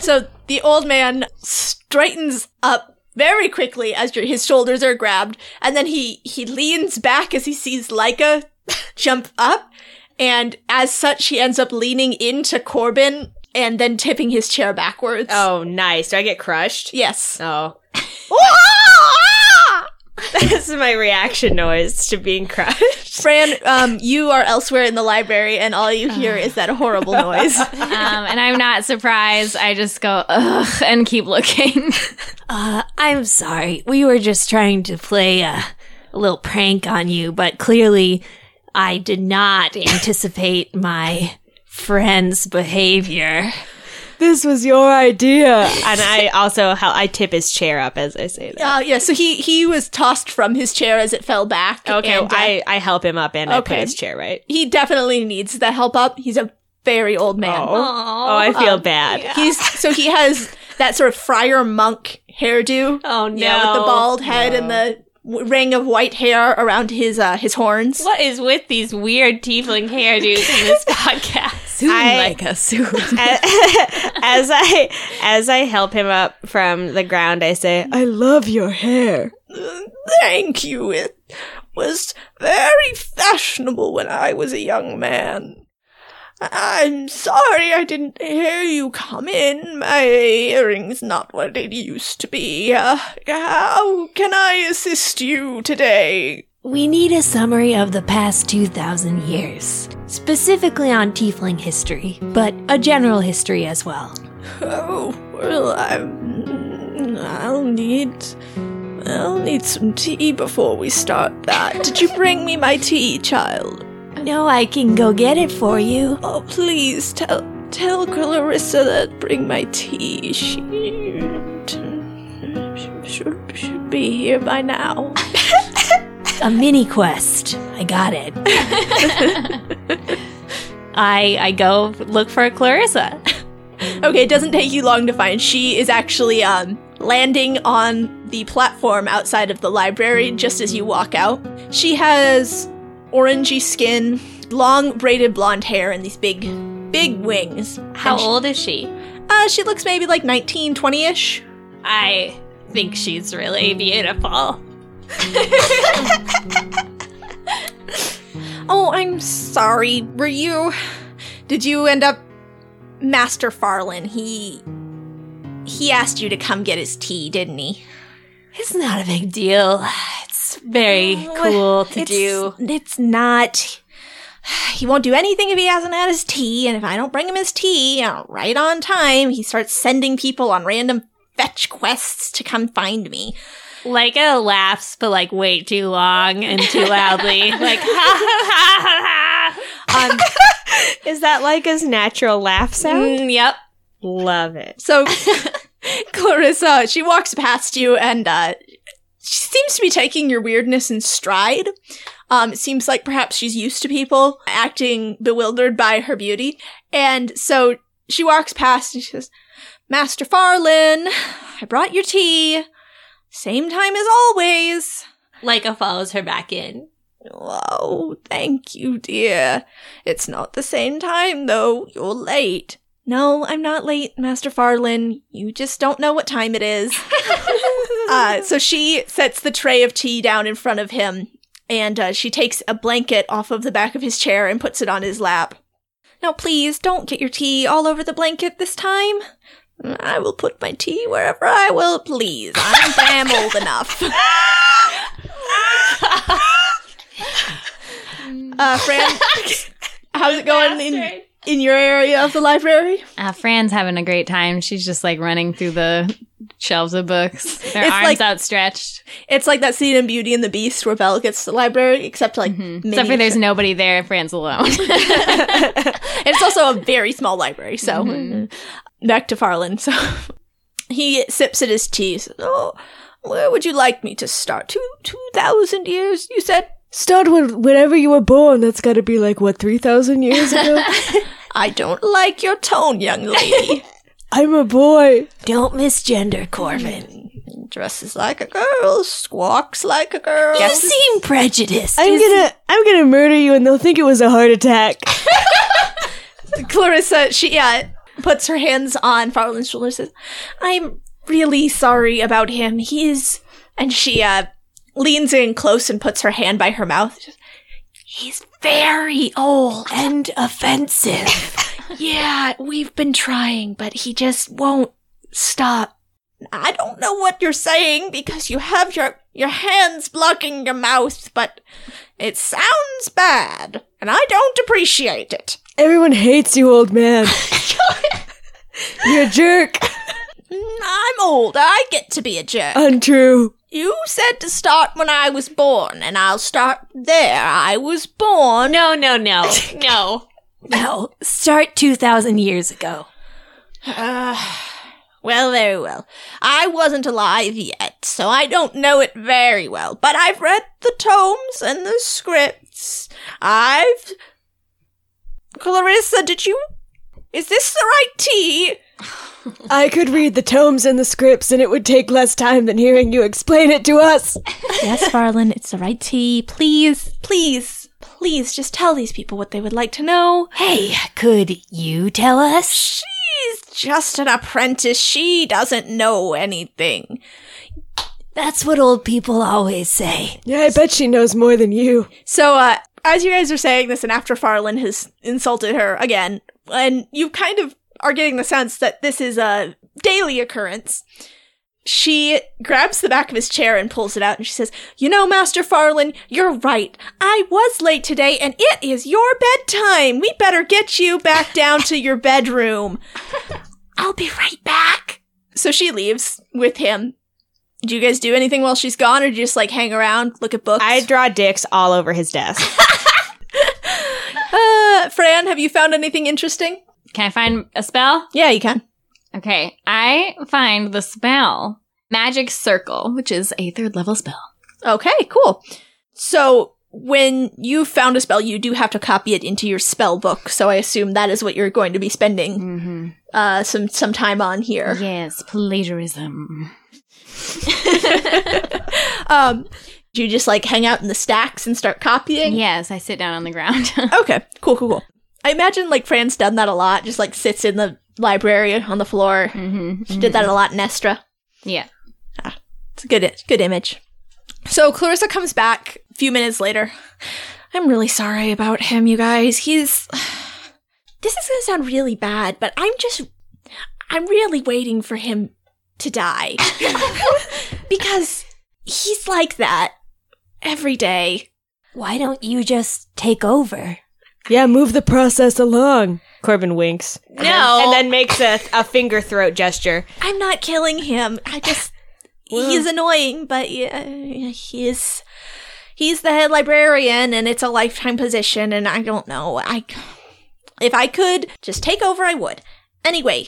S2: So the old man straightens up very quickly as your, his shoulders are grabbed, and then he he leans back as he sees Leica jump up, and as such, he ends up leaning into Corbin and then tipping his chair backwards.
S3: Oh, nice. Do I get crushed?
S2: yes. Ah!
S3: Oh. This is my reaction noise to being crushed.
S2: Fran, um, you are elsewhere in the library, and all you hear is that horrible noise.
S1: Um, and I'm not surprised. I just go ugh and keep looking.
S4: Uh, I'm sorry. We were just trying to play a, a little prank on you, but clearly I did not anticipate my friend's behavior.
S5: This was your idea.
S3: And I also how I tip his chair up as I say that.
S2: uh, yeah, so he he was tossed from his chair as it fell back.
S3: okay,
S2: and, uh,
S3: I, I help him up and I put
S2: okay.
S3: his chair right.
S2: he definitely needs the help up. He's a very old man.
S3: Oh, I feel bad.
S2: He's so he has that sort of friar monk hairdo.
S3: Oh no,
S2: you know, with the bald head and the w- ring of white hair around his uh, his horns.
S3: What is with these weird tiefling hairdos in this podcast? I,
S4: a suit.
S3: as I as I help him up from the ground, I say,
S5: I love your hair.
S2: Thank you. It was very fashionable when I was a young man. I'm sorry I didn't hear you come in. My earring's not what they used to be. Uh, how can I assist you today?
S4: We need a summary of the past 2,000 years, specifically on tiefling history, but a general history as well.
S2: Oh, well, I, I'll need. I'll need some tea before we start that. Did you bring me my tea, child?
S4: No, I can go get it for you.
S2: Oh, please tell tell Clarissa that bring my tea. She should should be here by now.
S4: a mini quest. I got it. I I go look for Clarissa.
S2: Okay, it doesn't take you long to find. She is actually um landing on the platform outside of the library just as you walk out. She has orangey skin, long braided blonde hair, and these big, big wings.
S4: How old is she?
S2: Uh, she looks maybe like 19, 20 ish.
S4: I think she's really beautiful.
S2: Oh, I'm sorry. Were you. Did you end up. Master Farlin, he. He asked you to come get his tea, didn't he?
S4: It's not a big deal. It's very cool to
S2: it's,
S4: do.
S2: It's not. He won't do anything if he hasn't had his tea, and if I don't bring him his tea uh, right on time, he starts sending people on random fetch quests to come find me.
S4: Leica laughs, but like way too long and too loudly. like,
S3: Um, is that like his natural laugh sound?
S4: mm, yep.
S3: Love it.
S2: So, Clarissa, she walks past you and uh, she seems to be taking your weirdness in stride. Um, it seems like perhaps she's used to people acting bewildered by her beauty. And so she walks past and she says, Master Farlin, I brought your tea. Same time as always.
S4: Leica follows her back in.
S2: Oh, thank you, dear. It's not the same time, though. You're late. No, I'm not late, Master Farlin. You just don't know what time it is. uh, so she sets the tray of tea down in front of him, and uh, she takes a blanket off of the back of his chair and puts it on his lap. Now, please don't get your tea all over the blanket this time. I will put my tea wherever I will please. I'm damn old enough. Uh, Fran, how's it going in, in your area of the library?
S1: Uh, Fran's having a great time. She's just like running through the shelves of books, her
S2: It's
S1: arms
S2: like-
S1: outstretched.
S2: It's like that scene in Beauty and the Beast where Belle gets to the library, except like
S1: Mm-hmm. Except for
S2: miniature-
S1: there's nobody there. Fran's alone.
S2: it's also a very small library, so
S1: Mm-hmm.
S2: back to Farland. So he sips at his tea. Says, oh, where would you like me to start? Two two thousand years, you said.
S5: Start with whenever you were born. That's got to be like what three thousand years ago.
S2: I don't like your tone, young lady.
S5: I'm a boy.
S4: Don't misgender Corbin.
S2: Dresses like a girl, squawks like a girl.
S4: You seem prejudiced.
S5: I'm gonna I'm gonna murder you, and they'll think it was a heart attack.
S2: Clarissa, she yeah, puts her hands on Farland's shoulder and says, I'm really sorry about him. He's and she uh leans in close and puts her hand by her mouth. She says, He's very old.
S4: and offensive.
S2: Yeah, we've been trying, but he just won't stop. I don't know what you're saying because you have your your hands blocking your mouth, but it sounds bad, and I don't appreciate it.
S5: Everyone hates you, old man. You're a jerk.
S2: I'm old. I get to be a jerk.
S5: Untrue.
S2: You said to start when I was born, and I'll start there. I was born.
S4: No, no, no, no, no. Start two thousand years ago.
S2: Well, very well. I wasn't alive yet, so I don't know it very well, but I've read the tomes and the scripts. I've. Clarissa, did you. Is this the right tea?
S5: I could read the tomes and the scripts, and it would take less time than hearing you explain it to us.
S2: Yes, Farlin, it's the right tea. Please, please, please just tell these people what they would like to know.
S4: Hey, could you tell us?
S2: She's just an apprentice. She doesn't know anything.
S4: That's what old people always say.
S5: Yeah, I bet she knows more than you.
S2: So, uh, as you guys are saying this, and after Farland has insulted her again, and you kind of are getting the sense that this is a daily occurrence, she grabs the back of his chair and pulls it out, and she says, You know, Master Farland, you're right. I was late today, and it is your bedtime. We better get you back down to your bedroom. I'll be right back. So she leaves with him. Do you guys do anything while she's gone, or do you just like hang around, look at books?
S3: I draw dicks all over his desk.
S2: Uh, Fran, have you found anything interesting?
S1: Can I find a spell?
S2: Yeah, you can.
S1: Okay, I find the spell magic circle, which is a third level spell.
S2: Okay, cool. So when you found a spell, you do have to copy it into your spell book. So I assume that is what you're going to be spending
S1: Mm-hmm.
S2: uh, some some time on here.
S1: Yes, plagiarism.
S2: Um, do you just like hang out in the stacks and start copying?
S1: Yes, I sit down on the ground.
S2: Okay, cool, cool, cool. I imagine like Fran's done that a lot. Just like sits in the library on the floor.
S1: mm-hmm.
S2: She did that a lot in Estra.
S1: Yeah.
S2: It's a good good image. So Clarissa comes back a few minutes later. I'm really sorry about him, you guys. He's This is going to sound really bad, but I'm just I'm really waiting for him to die. because he's like that every day.
S4: Why don't you just take over?
S5: Yeah, move the process along.
S3: Corbin winks. No.
S2: No.
S3: And then makes a, a finger throat gesture.
S2: I'm not killing him. I just he's annoying, but yeah, he's he's the head librarian, and it's a lifetime position, and I don't know. I if I could just take over, I would. Anyway,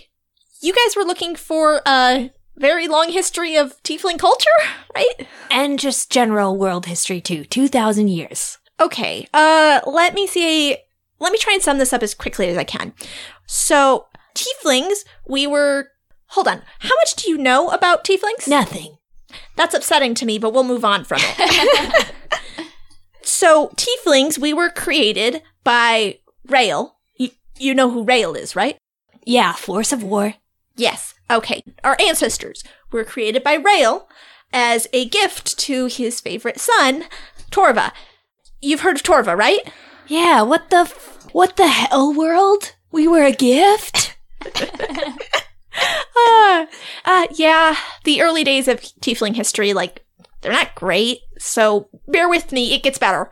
S2: you guys were looking for a very long history of tiefling culture, right?
S4: And just general world history too. 2,000 years.
S2: Okay. Uh, let me see. Let me try and sum this up as quickly as I can. So, tieflings, we were. Hold on. How much do you know about tieflings?
S4: Nothing.
S2: That's upsetting to me, but we'll move on from it. so, tieflings, we were created by Rail. You, you know who Rail is, right?
S4: Yeah, force of war.
S2: Yes. Okay. Our ancestors were created by Rail as a gift to his favorite son, Torva. You've heard of Torva, right?
S4: Yeah, what the f- what the hell world? We were a gift?
S2: Uh, uh, yeah, the early days of tiefling history, like, they're not great, so bear with me, it gets better.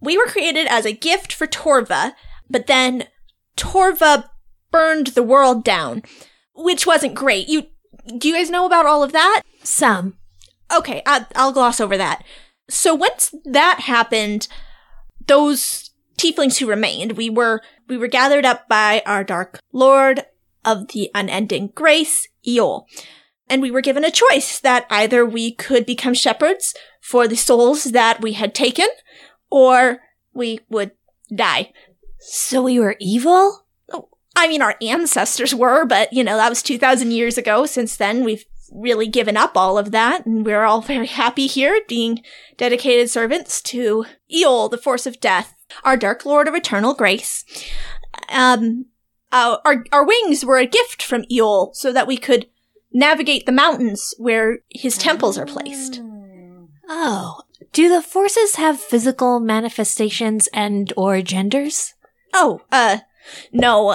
S2: We were created as a gift for Torva, but then Torva burned the world down, which wasn't great. You, do you guys know about all of that?
S4: Some.
S2: Okay, I, I'll gloss over that. So once that happened, those tieflings who remained, we were we were gathered up by our dark lord of the unending grace, Eol. And we were given a choice that either we could become shepherds for the souls that we had taken, or we would die. Oh,
S4: So we were evil?
S2: I mean, our ancestors were, but you know, that was 2,000 years ago. Since then, we've really given up all of that, and we're all very happy here, being dedicated servants to Eol, the force of death, our dark lord of eternal grace. Um, uh, our, our wings were a gift from Eol so that we could navigate the mountains where his temples are placed.
S4: Oh. Do the forces have physical manifestations and or genders?
S2: oh, uh, no.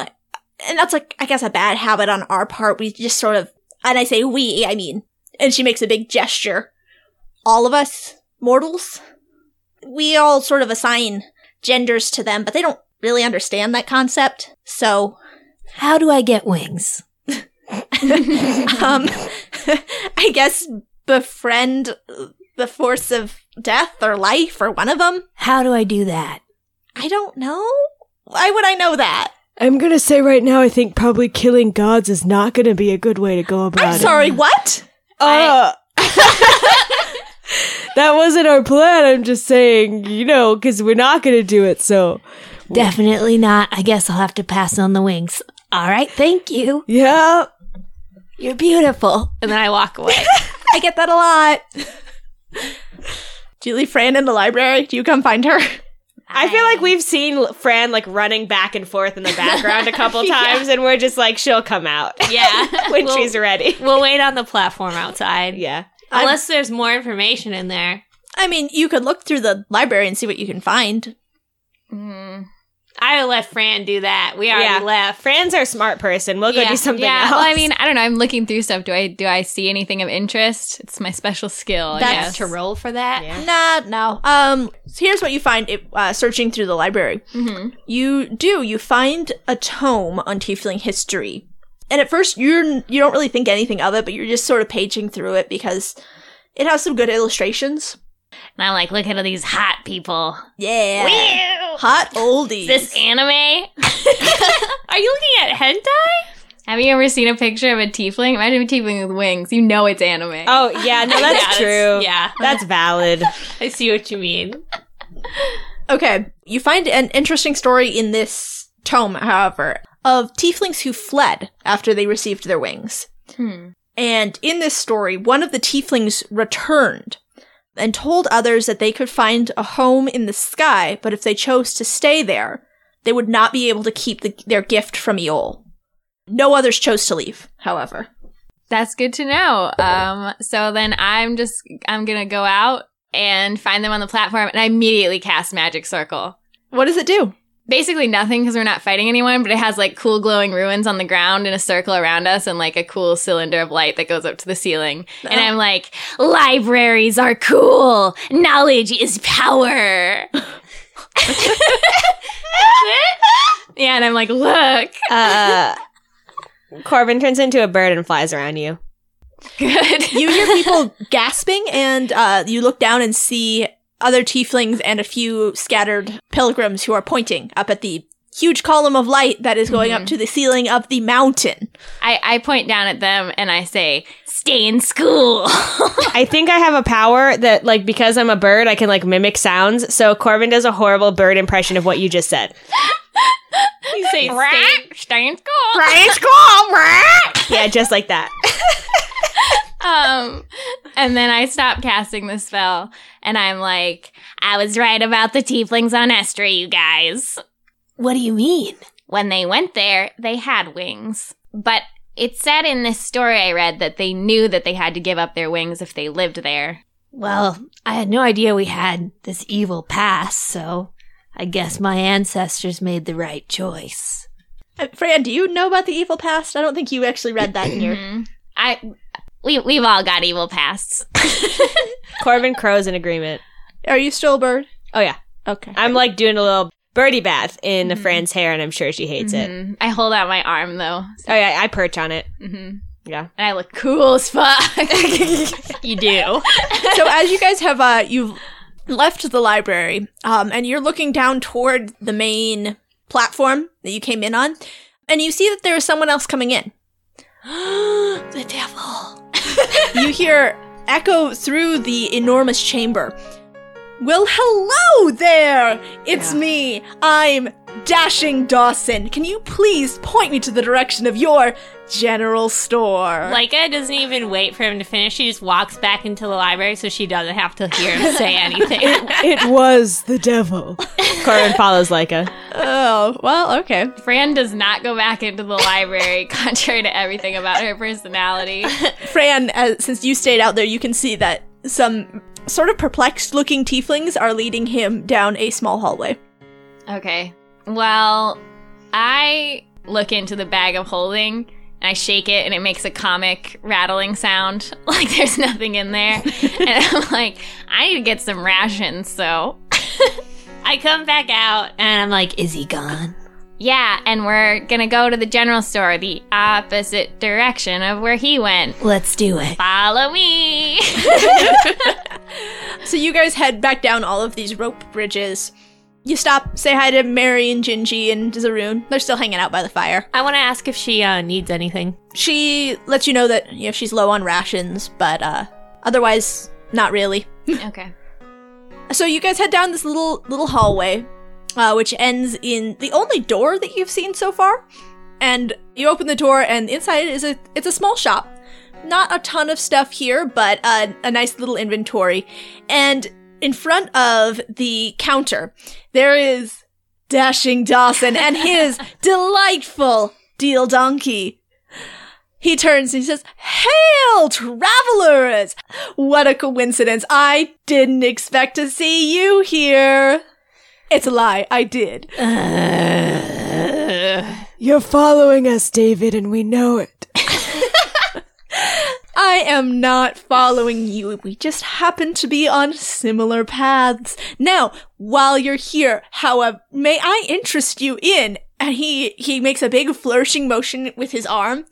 S2: And that's like, I guess a bad habit on our part. We just sort of, and I say we, I mean, and she makes a big gesture. All of us, mortals, we all sort of assign genders to them, but they don't really understand that concept. So
S4: How do I get wings?
S2: um, I guess befriend the force of death or life or one of them.
S4: How do I do that?
S2: I don't know. Why would I know that?
S5: I'm gonna say right now, I think probably killing gods is not gonna be a good way to go about
S2: I'm
S5: it.
S2: sorry, what?
S5: Uh, that wasn't our plan. I'm just saying, you know, because we're not gonna do it. So
S4: Definitely not. I guess I'll have to pass on the wings. All right, thank you.
S5: yeah,
S4: You're beautiful.
S1: And then I walk away.
S2: I get that a lot. Do you leave Fran in the library? Do you come find her?
S3: I feel like we've seen Fran like running back and forth in the background a couple times, and we're just like, she'll come out
S1: yeah.
S3: when
S1: we'll,
S3: she's ready.
S1: We'll wait on the platform outside.
S3: Yeah.
S1: Unless there's more information in there.
S2: I mean, you could look through the library and see what you can find.
S1: I would let Fran do that. We already
S3: Yeah.
S1: left.
S3: Fran's our smart person. We'll go do something
S1: yeah.
S3: else.
S1: Well, I mean, I don't know. I'm looking through stuff. Do I do I see anything of interest? It's my special skill. I
S2: That's
S1: guess. to roll for that. Yeah.
S2: Nah, no. Um, so here's what you find it, uh, searching through the library. You do. You find a tome on tiefling history, and at first you're you don't really think anything of it, but you're just sort of paging through it because it has some good illustrations.
S1: And I'm like, look at all these hot people.
S2: Yeah, hot oldies.
S1: This anime? Are you looking at hentai? Have you ever seen a picture of a tiefling? Imagine a tiefling with wings. You know it's anime.
S3: oh, yeah. No, that's true.
S1: yeah.
S3: That's valid.
S1: I see what you mean.
S2: Okay. You find an interesting story in this tome, however, of tieflings who fled after they received their wings.
S1: Hmm.
S2: And in this story, one of the tieflings returned and told others that they could find a home in the sky, but if they chose to stay there, they would not be able to keep the, their gift from Eol. No others chose to leave, however.
S1: That's good to know. Um, so then I'm just I'm gonna go out and find them on the platform, and I immediately cast Magic Circle.
S2: What does it do?
S1: basically nothing because we're not fighting anyone, but it has like cool glowing ruins on the ground in a circle around us and like a cool cylinder of light that goes up to the ceiling. And I'm like, libraries are cool. Knowledge is power. That's it? Yeah, and I'm like, look,
S3: Uh, Corbin turns into a bird and flies around you.
S1: good.
S2: You hear people gasping, and uh, you look down and see other tieflings and a few scattered pilgrims who are pointing up at the huge column of light that is going up to the ceiling of the mountain.
S1: I, I point down at them and I say, stay in school.
S3: I think I have a power that, like, because I'm a bird, I can like mimic sounds. So Corbin does a horrible bird impression of what you just said.
S1: you say, stay, stay in school.
S3: Yeah, just like that.
S1: um, and then I stopped casting the spell, and I'm like, I was right about the tieflings on Estra, you guys.
S4: What do you mean?
S1: When they went there, they had wings. But it said in this story I read that they knew that they had to give up their wings if they lived there.
S4: Well, I had no idea we had this evil past, so I guess my ancestors made the right choice.
S2: Uh, Fran, do you know about the evil past? I don't think you actually read that
S1: Mm-hmm.
S2: in your.
S1: I, we, we've all got evil pasts.
S3: Corbin crows in agreement.
S2: Are you still a bird?
S3: Oh yeah,
S2: Okay.
S3: I'm like doing a little birdie bath in Fran's hair, and I'm sure she hates it.
S1: Mhm. I hold out my arm though,
S3: Oh yeah, I perch on it.
S1: hmm
S3: Yeah.
S1: and I look cool as fuck. you do.
S2: so as you guys have uh you've left the library um and you're looking down toward the main platform that you came in on and you see that there is someone else coming in the devil you hear echo through the enormous chamber well hello there it's me i'm dashing dawson can you please point me to the direction of your general store
S8: Leica doesn't even wait for him to finish. She just walks back into the library so she doesn't have to hear him say anything.
S5: It was the devil.
S3: Corbin follows Leica.
S2: oh well okay
S1: Fran does not go back into the library, contrary to everything about her personality.
S2: Fran, uh, since you stayed out there, you can see that some sort of perplexed looking tieflings are leading him down a small hallway.
S1: Okay. Well, I look into the bag of holding and I shake it and it makes a comic rattling sound like there's nothing in there. and I'm like, I need to get some rations, so
S8: I come back out
S4: And I'm like, is he gone?
S1: yeah, and we're gonna go to the general store, the opposite direction of where he went.
S4: Let's do it.
S1: Follow me.
S2: So you guys head back down all of these rope bridges. You stop, say hi to Mary and Gingy and Zaroon. They're still hanging out by the fire.
S8: I want to ask if she uh, needs anything.
S2: She lets you know that you know she's low on rations, but uh, otherwise, not really.
S1: okay.
S2: So you guys head down this little little hallway, uh, which ends in the only door that you've seen so far. And you open the door, and inside is a it's a small shop. Not a ton of stuff here, but uh, a nice little inventory. And in front of the counter, there is Dashing Dawson and his delightful deal donkey. He turns and he says, Hail, travelers! What a coincidence. I didn't expect to see you here. It's a lie. I did.
S5: You're following us, David, and we know it.
S2: I am not following you. We just happen to be on similar paths. Now, while you're here, however, may I interest you in? And he, he makes a big flourishing motion with his arm.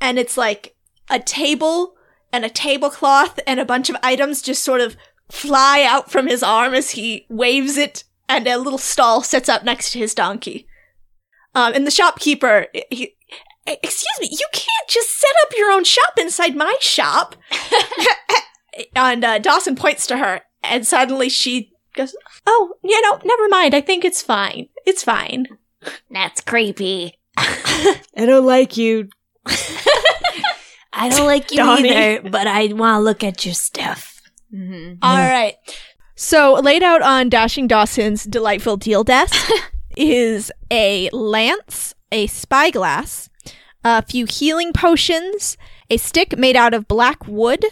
S2: And it's like a table and a tablecloth and a bunch of items just sort of fly out from his arm as he waves it. And a little stall sets up next to his donkey. Um, and the shopkeeper, he, E, excuse me, you can't just set up your own shop inside my shop. and uh, Dawson points to her, and suddenly she goes, Oh, you know, never mind. I think it's fine. It's fine.
S1: That's creepy.
S5: I don't like you.
S4: I don't like you
S2: Donnie.
S4: either, but I want to look at your stuff.
S1: Mm-hmm.
S2: All right. So, laid out on Dashing Dawson's delightful deal desk is a lance, a spyglass, a few healing potions, a stick made out of black wood,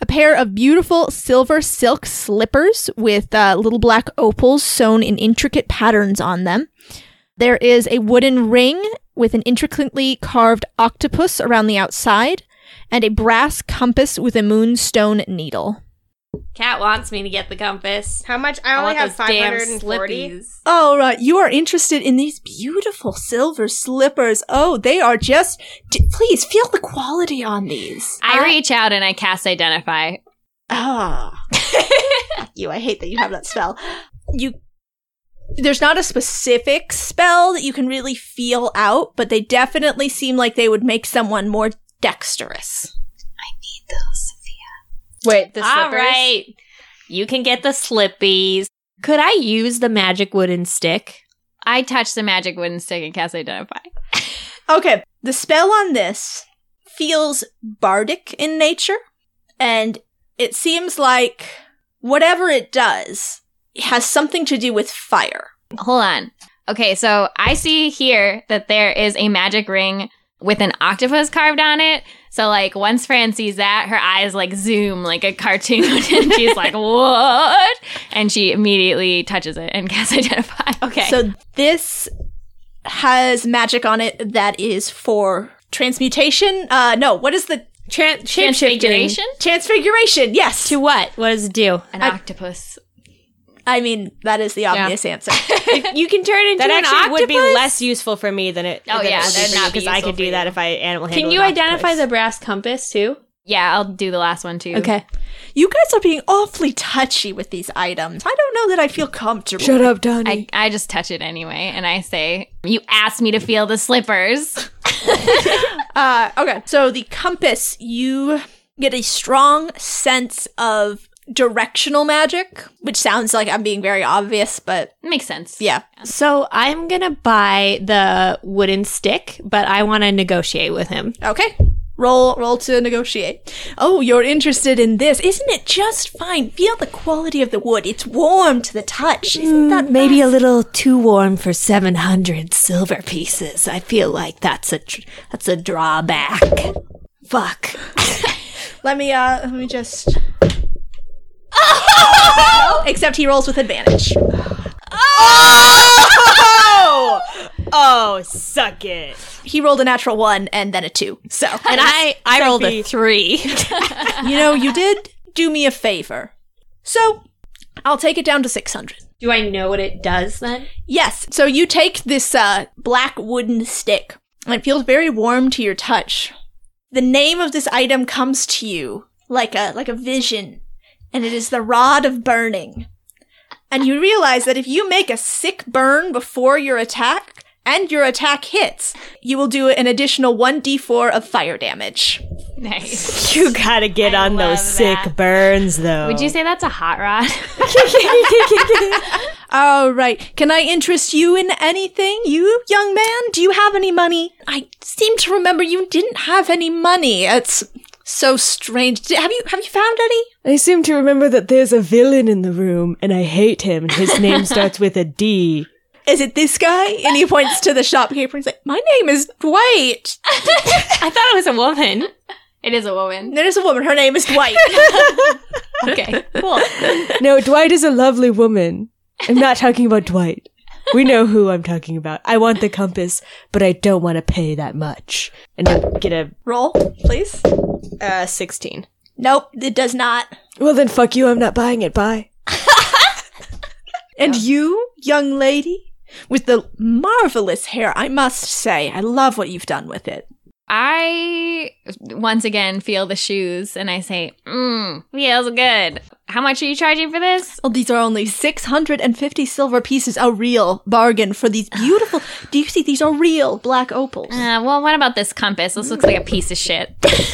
S2: a pair of beautiful silver silk slippers with uh, little black opals sewn in intricate patterns on them. There is a wooden ring with an intricately carved octopus around the outside, and a brass compass with a moonstone needle.
S8: Cat wants me to get the compass.
S3: How much?
S8: I
S3: I only
S8: want
S3: have
S8: those damn
S3: 540.
S8: slippies.
S2: Oh, right. You are interested in these beautiful silver slippers. Oh, they are just. D- please feel the quality on these.
S1: I reach out and I cast identify.
S2: Ah. you, I hate that you have that spell. You. There's not a specific spell that you can really feel out, but they definitely seem like they would make someone more dexterous.
S3: Wait, the slippers.
S8: All right. You can get the slippies. Could I use the magic wooden stick?
S1: I touch the magic wooden stick and cast identify.
S2: Okay. The spell on this feels bardic in nature, and it seems like whatever it does it has something to do with fire.
S1: Hold on. Okay, so I see here that there is a magic ring with an octopus carved on it. So like once Fran sees that, her eyes like zoom like a cartoon and she's like, What? And she immediately touches it and casts identify. Okay.
S2: So this has magic on it that is for transmutation. Uh, no, what is the
S8: Tran-
S1: Transfiguration?
S2: transfiguration? Yes.
S8: To what? What does it do?
S1: An octopus.
S2: I mean, that is the obvious answer.
S8: You can turn into
S3: That actually would be less useful for me than it.
S1: Oh,
S3: than
S1: yeah,
S3: it would be
S1: that'd
S3: for you,
S1: not be
S3: because I
S1: useful
S3: could
S1: for
S3: do that
S1: you.
S3: if I animal
S8: Can
S3: handled
S8: you
S3: an
S8: identify
S3: octopus.
S8: the brass compass too?
S1: Yeah, I'll do the last one too.
S8: Okay.
S2: you guys are being awfully touchy with these items. I don't know that I feel comfortable.
S5: Shut up, Donnie.
S1: I, I just touch it anyway and I say, You asked me to feel the slippers.
S2: Uh, okay, so the compass, you get a strong sense of directional magic, which sounds like I'm being very obvious, but
S1: Makes sense.
S2: yeah.
S8: So I'm gonna buy the wooden stick, but I want to negotiate with him.
S2: Okay. Roll roll to negotiate. Oh, you're interested in this. Isn't it just fine? Feel the quality of the wood. It's warm to the touch.
S4: Mm.
S2: Isn't that
S4: Maybe a little too warm for 700 silver pieces. I feel like that's a tr- that's a drawback. Fuck.
S2: Let me uh let me just Except he rolls with advantage.
S3: Oh! oh, suck it.
S2: He rolled a natural 1 and then a 2. So,
S8: And I, I rolled a three.
S2: you know, you did do me a favor. So, I'll take it down to 600.
S8: Do I know what it does then?
S2: Yes. So you take this uh, black wooden stick, and it feels very warm to your touch. The name of this item comes to you like a like a vision, and it is the rod of burning. And you realize that if you make a sick burn before your attack and your attack hits, you will do an additional 1d4 of fire damage.
S1: Nice.
S3: You gotta get on those sick burns, though.
S1: Would you say that's a hot rod?
S2: All right. Can I interest you in anything? You, young man, do you have any money? I seem to remember you didn't have any money. It's so strange. Di- Have you have you found any?
S5: I seem to remember that there's a villain in the room, and I hate him. and His name starts with a D.
S2: Is it this guy? And he points to the shopkeeper and says, My name is Dwight.
S8: I thought it was a woman.
S1: it is a woman.
S2: There's a woman. Her name is Dwight.
S1: Okay.
S5: No, Dwight is a lovely woman. I'm not talking about Dwight. We know who I'm talking about. I want the compass, but I don't want to pay that much. And I get a
S2: Roll, please.
S3: uh, 16?
S2: Nope, it does not.
S5: well, then fuck you. I'm not buying it. Bye.
S2: And you, young lady, with the marvelous hair, I must say, I love what you've done with it.
S1: I once again feel the shoes and I say, mmm, feels good. How much are you charging for this?
S2: Well, these are only 650 silver pieces, a real bargain for these beautiful. do you see these are real black opals?
S1: Uh, well, what about this compass? This looks like a piece of shit.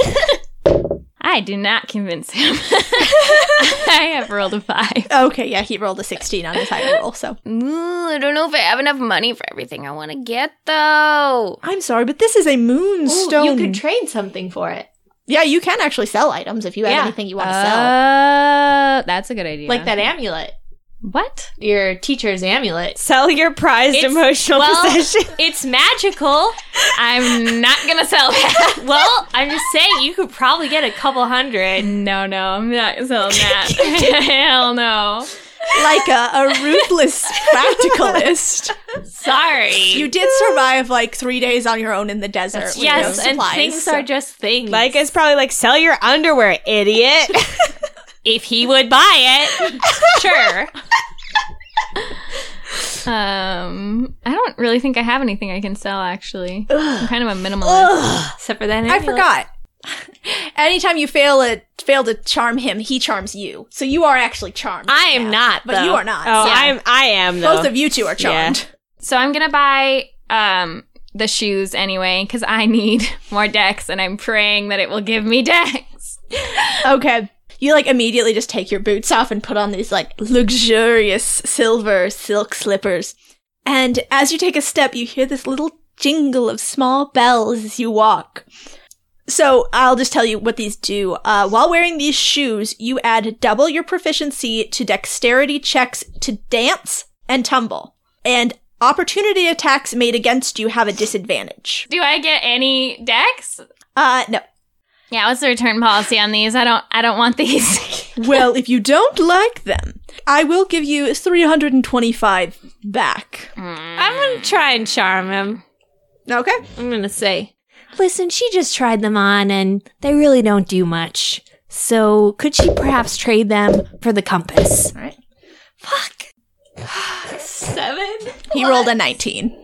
S1: I do not convince him. I have rolled a five.
S2: Okay, yeah, he rolled a 16 on his higher roll, so.
S1: Ooh, I don't know if I have enough money for everything I want to get, though.
S2: I'm sorry, but this is a moonstone.
S8: trade something for it.
S2: yeah, you can actually sell items if you have
S8: Yeah.
S2: anything you want to sell.
S1: Uh, that's a good idea.
S8: that amulet.
S1: What?
S8: Your teacher's amulet.
S3: Sell your prized
S8: It's-
S3: emotional
S8: well,
S3: possession.
S8: It's magical.
S1: I'm not gonna sell that.
S8: Well, I'm just saying you could probably get a couple hundred.
S1: no, no, I'm not selling that. Hell no.
S2: Like a, a ruthless practicalist.
S8: Sorry.
S2: You did survive like three days on your own in the desert. with
S8: yes,
S2: no
S8: and
S2: supplies,
S8: things
S2: so-
S8: are just things.
S3: Like it's probably like sell your underwear, idiot.
S8: if he would buy it, sure.
S1: Um, I don't really think I have anything I can sell. Actually, I'm kind of a minimalist.
S8: Except for that,
S2: I forgot. Anytime you fail a fail to charm him, he charms you. So you are actually charmed.
S8: I am not,
S2: but you
S8: though.
S2: are not.
S3: Oh,
S2: So
S3: I'm I am though.
S2: both of you two are charmed.
S1: So I'm gonna buy um the shoes anyway because I need more decks, and I'm praying that it will give me decks.
S2: Okay. You like immediately just take your boots off and put on these like luxurious silver silk slippers. And as you take a step, you hear this little jingle of small bells as you walk. So I'll just tell you what these do. Uh, while wearing these shoes, you add double your proficiency to dexterity checks to dance and tumble. And opportunity attacks made against you have a disadvantage.
S1: Do I get any decks?
S2: Uh, no.
S1: Yeah, what's the return policy on these? I don't. I don't want these.
S2: Well, if you don't like them, I will give you 325 back.
S4: I'm gonna try and charm him.
S2: Okay.
S4: I'm gonna say, listen, she just tried them on and they really don't do much. So could she perhaps trade them for the compass?
S2: All right. Fuck. Seven? He rolled a 19.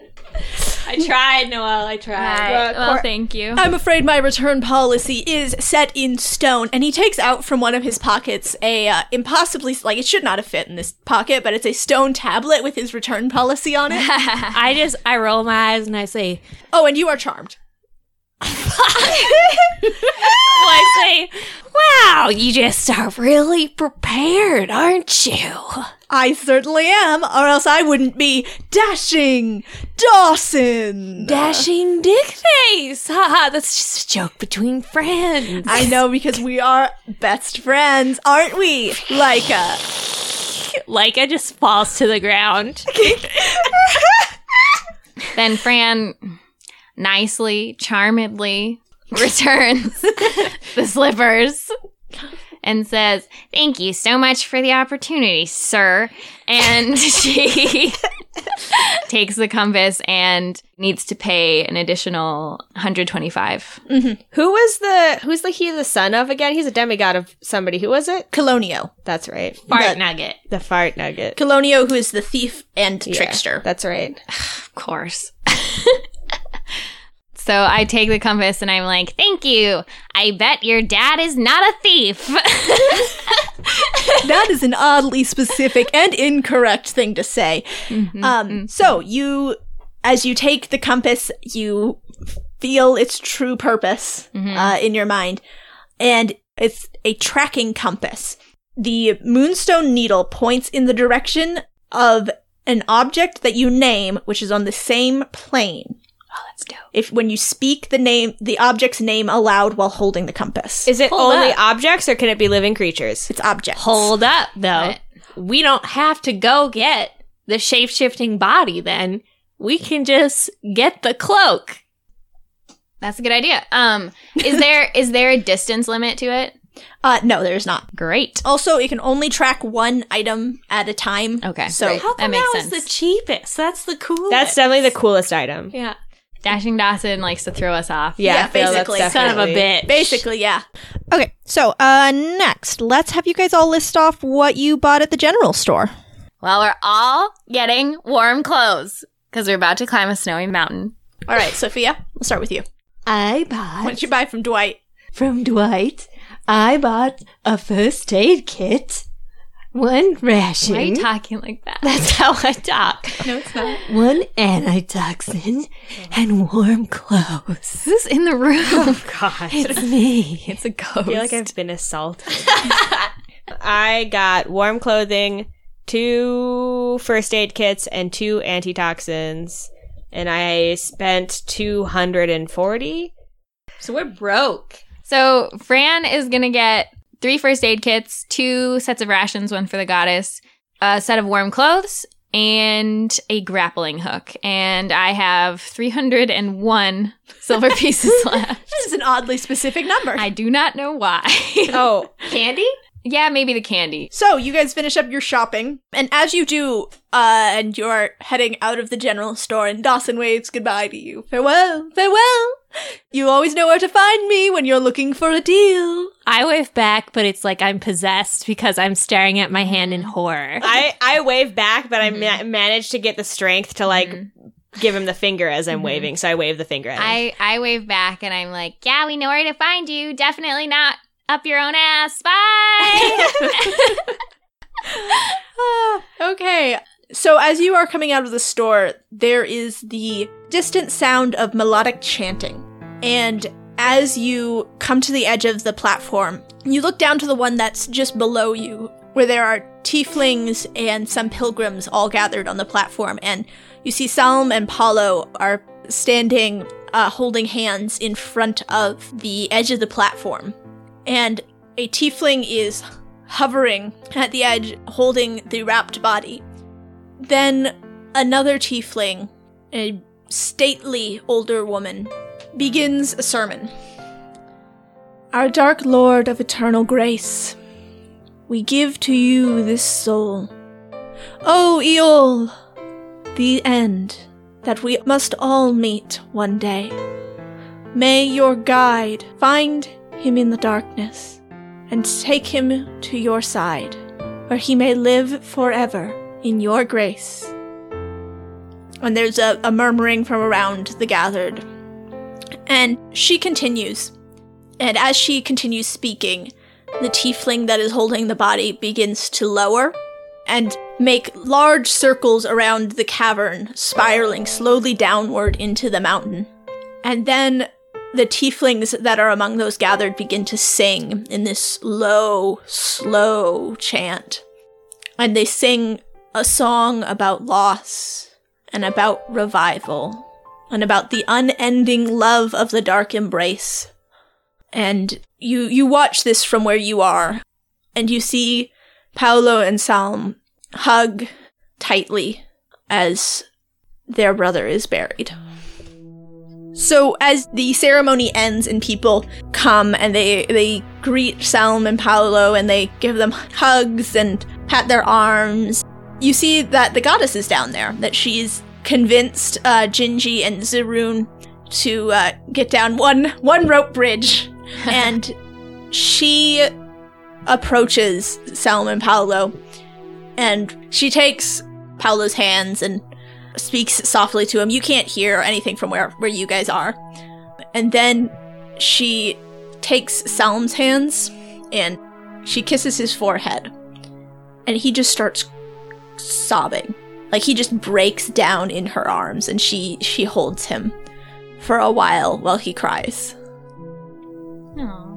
S8: I tried, Noelle. I tried.
S4: Uh,
S1: Right. Well, thank you.
S2: I'm afraid my return policy is set in stone. And he takes out from one of his pockets a uh, impossibly, like, it should not have fit in this pocket, but it's a stone tablet with his return policy on it.
S4: I just I roll my eyes and I say,
S2: oh, and you are charmed.
S4: I say, wow, you just are really prepared, aren't you?
S2: I certainly am, or else I wouldn't be dashing Dawson.
S4: Dashing dick face. Haha, that's just a joke between friends.
S2: I know because we are best friends, aren't we? uh, Leica.
S8: Leica just falls to the ground.
S1: Then Fran nicely, charmedly returns the slippers and says, Thank you so much for the opportunity, sir. And she takes the compass and needs to pay an additional 125.
S3: Who was the who's the he the son of again? He's a demigod of somebody. Who was it?
S2: Colonio.
S3: That's right.
S8: Fart nugget.
S3: The fart nugget.
S2: Colonio, who is the thief and
S3: Yeah,
S2: trickster.
S3: That's right.
S1: Of course. so I take the compass and I'm like, Thank you. I bet your dad is not a thief.
S2: that is an oddly specific and incorrect thing to say.
S1: Mm-hmm,
S2: Um, so you, as you take the compass, you feel its true purpose
S1: Mm-hmm.
S2: uh, in your mind, and it's a tracking compass. The moonstone needle points in the direction of an object that you name, which is on the same plane.
S1: oh, that's dope.
S2: If when you speak the name, the object's name aloud while holding the compass,
S3: Is it only objects or can it be living creatures?
S2: it's objects.
S8: Hold up, though. We don't have to go get the shape shifting body then. We can just get the cloak.
S1: That's a good idea. Um, is there is there a distance limit to it?
S2: Uh, no, there's not.
S1: Great.
S2: Also, it can only track one item at a time.
S1: Okay.
S2: So
S1: Great. That makes
S8: was
S1: sense.
S8: the cheapest. That's the coolest.
S3: That's definitely the coolest item.
S8: yeah.
S1: Dashing Dawson likes to throw us off.
S3: Yeah,
S2: Yeah,
S3: I feel
S2: basically.
S3: That's
S8: Son of a
S3: definitely-
S8: bitch.
S2: basically, yeah. Okay. So, uh, next, let's have you guys all list off what you bought at the general store.
S1: Well, we're all getting warm clothes because we're about to climb a snowy mountain.
S2: All right, Sophia, we'll start with you.
S4: I
S2: What
S4: bought
S2: did you buy from Dwight?
S4: from Dwight. I bought a first aid kit, one ration.
S1: Why are you talking like that?
S4: That's how I talk.
S2: No, it's not.
S4: One antitoxin and warm clothes.
S1: Who's in the room?
S4: It's me.
S1: it's a ghost.
S3: I feel like I've been assaulted. I got warm clothing, two first aid kits, and two antitoxins, and I spent two hundred and forty.
S8: So we're broke.
S1: so Fran is gonna get three first aid kits, two sets of rations, one for the goddess, a set of warm clothes, and a grappling hook. And I have 301 silver pieces left.
S2: This is an oddly specific number.
S1: I do not know why.
S3: Oh,
S8: Candy?
S1: yeah, maybe the candy.
S2: So you guys finish up your shopping, and as you do, uh, and you're heading out of the general store, and Dawson waves goodbye to you. Farewell, farewell. You always know where to find me when you're looking for a deal.
S4: I wave back, but it's like I'm possessed because I'm staring at my hand in horror.
S3: I I wave back, but
S8: Mm-hmm.
S3: I ma- managed to get the strength to like give him the finger as
S8: Mm-hmm.
S3: I'm waving. So I wave the finger at him.
S1: I, I wave back and I'm like, yeah, we know where to find you. Definitely not up your own ass. Bye.
S2: Ah, Okay. So as you are coming out of the store, there is the distant sound of melodic chanting. And as you come to the edge of the platform, you look down to the one that's just below you, where there are tieflings and some pilgrims all gathered on the platform. And you see Salm and Paulo are standing, uh, holding hands in front of the edge of the platform. And a tiefling is hovering at the edge, holding the wrapped body. Then another tiefling, a stately older woman, begins a sermon. Our Dark Lord of Eternal Grace, we give to you this soul. O Eol, the end that we must all meet one day. May your guide find him in the darkness and take him to your side, where he may live forever in your grace. And there's a, a murmuring from around the gathered. And she continues. And as she continues speaking, the tiefling that is holding the body begins to lower and make large circles around the cavern, spiraling slowly downward into the mountain. And then the tieflings that are among those gathered begin to sing in this low, slow chant. And they sing a song about loss and about revival and about the unending love of the dark embrace. And you you watch this from where you are and you see Paolo and Salm hug tightly as their brother is buried. So as the ceremony ends and people come and they they greet Salm and Paolo and they give them hugs and pat their arms, you see that the goddess is down there. That she's convinced uh, Jinji and Zerun to uh, get down one one rope bridge, and she approaches Salm and Paolo, and she takes Paolo's hands and speaks softly to him. You can't hear anything from where, where you guys are. And then she takes Salm's hands and she kisses his forehead. And he just starts sobbing. Like he just breaks down in her arms and she she holds him for a while while he cries.
S1: No.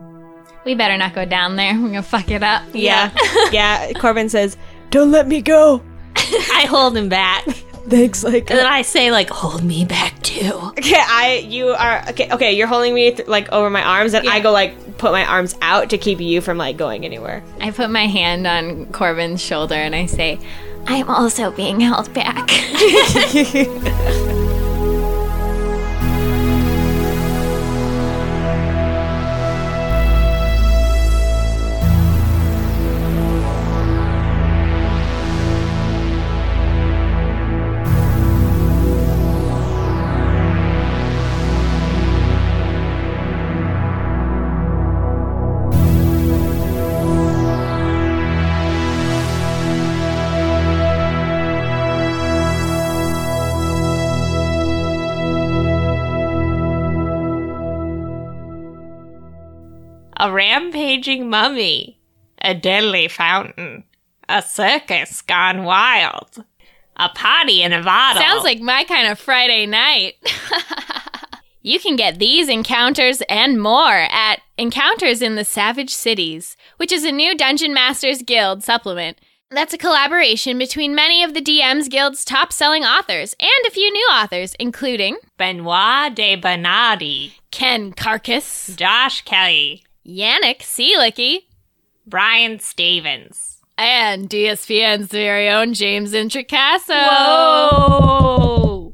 S1: We better not go down there. We're going to fuck it up.
S3: yeah, yeah. Corbin says,
S5: Don't let me go.
S4: I hold him back.
S5: Thanks, like
S4: And then I say, like, hold me back too.
S3: "Okay, I you are okay. Okay, you're holding me th- like over my arms, and I go like put my arms out to keep you from like going anywhere."
S1: I put my hand on Corbin's shoulder and I say, I'm also being held back.
S8: A rampaging mummy, a deadly fountain, a circus gone wild, a party in a bottle.
S3: Oh.
S1: Sounds like my kind of Friday night. you can get these encounters and more at Encounters in the Savage Cities, which is a new Dungeon Masters Guild supplement. That's a collaboration between many of the DM's Guild's top selling authors and a few new authors, including
S8: Benoit de Bonardi,
S1: Ken Carcass,
S8: Josh Kelly,
S1: Yannick Seelicky,
S8: Brian Stevens,
S1: and DSPN's very own James Intricasso.
S8: Whoa!
S3: Oh,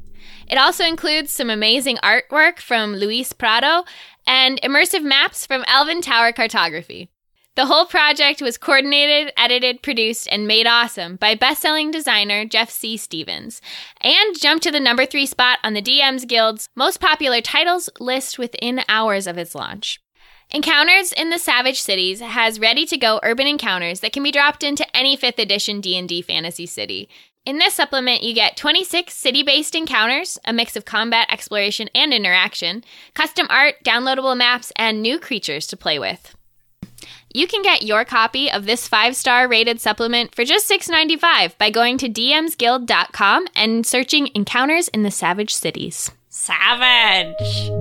S1: It also includes some amazing artwork from Luis Prado and immersive maps from Elvin Tower Cartography. The whole project was coordinated, edited, produced, and made awesome by best-selling designer Jeff C. Stevens, and jumped to the number three spot on the DM's Guild's most popular titles list within hours of its launch. Encounters in the Savage Cities has ready-to-go urban encounters that can be dropped into any 5th edition D&D fantasy city. In this supplement, you get 26 city-based encounters, a mix of combat, exploration, and interaction, custom art, downloadable maps, and new creatures to play with. You can get your copy of this five-star rated supplement for just $6.95 by going to dmsguild.com and searching Encounters in the Savage Cities.
S8: Savage!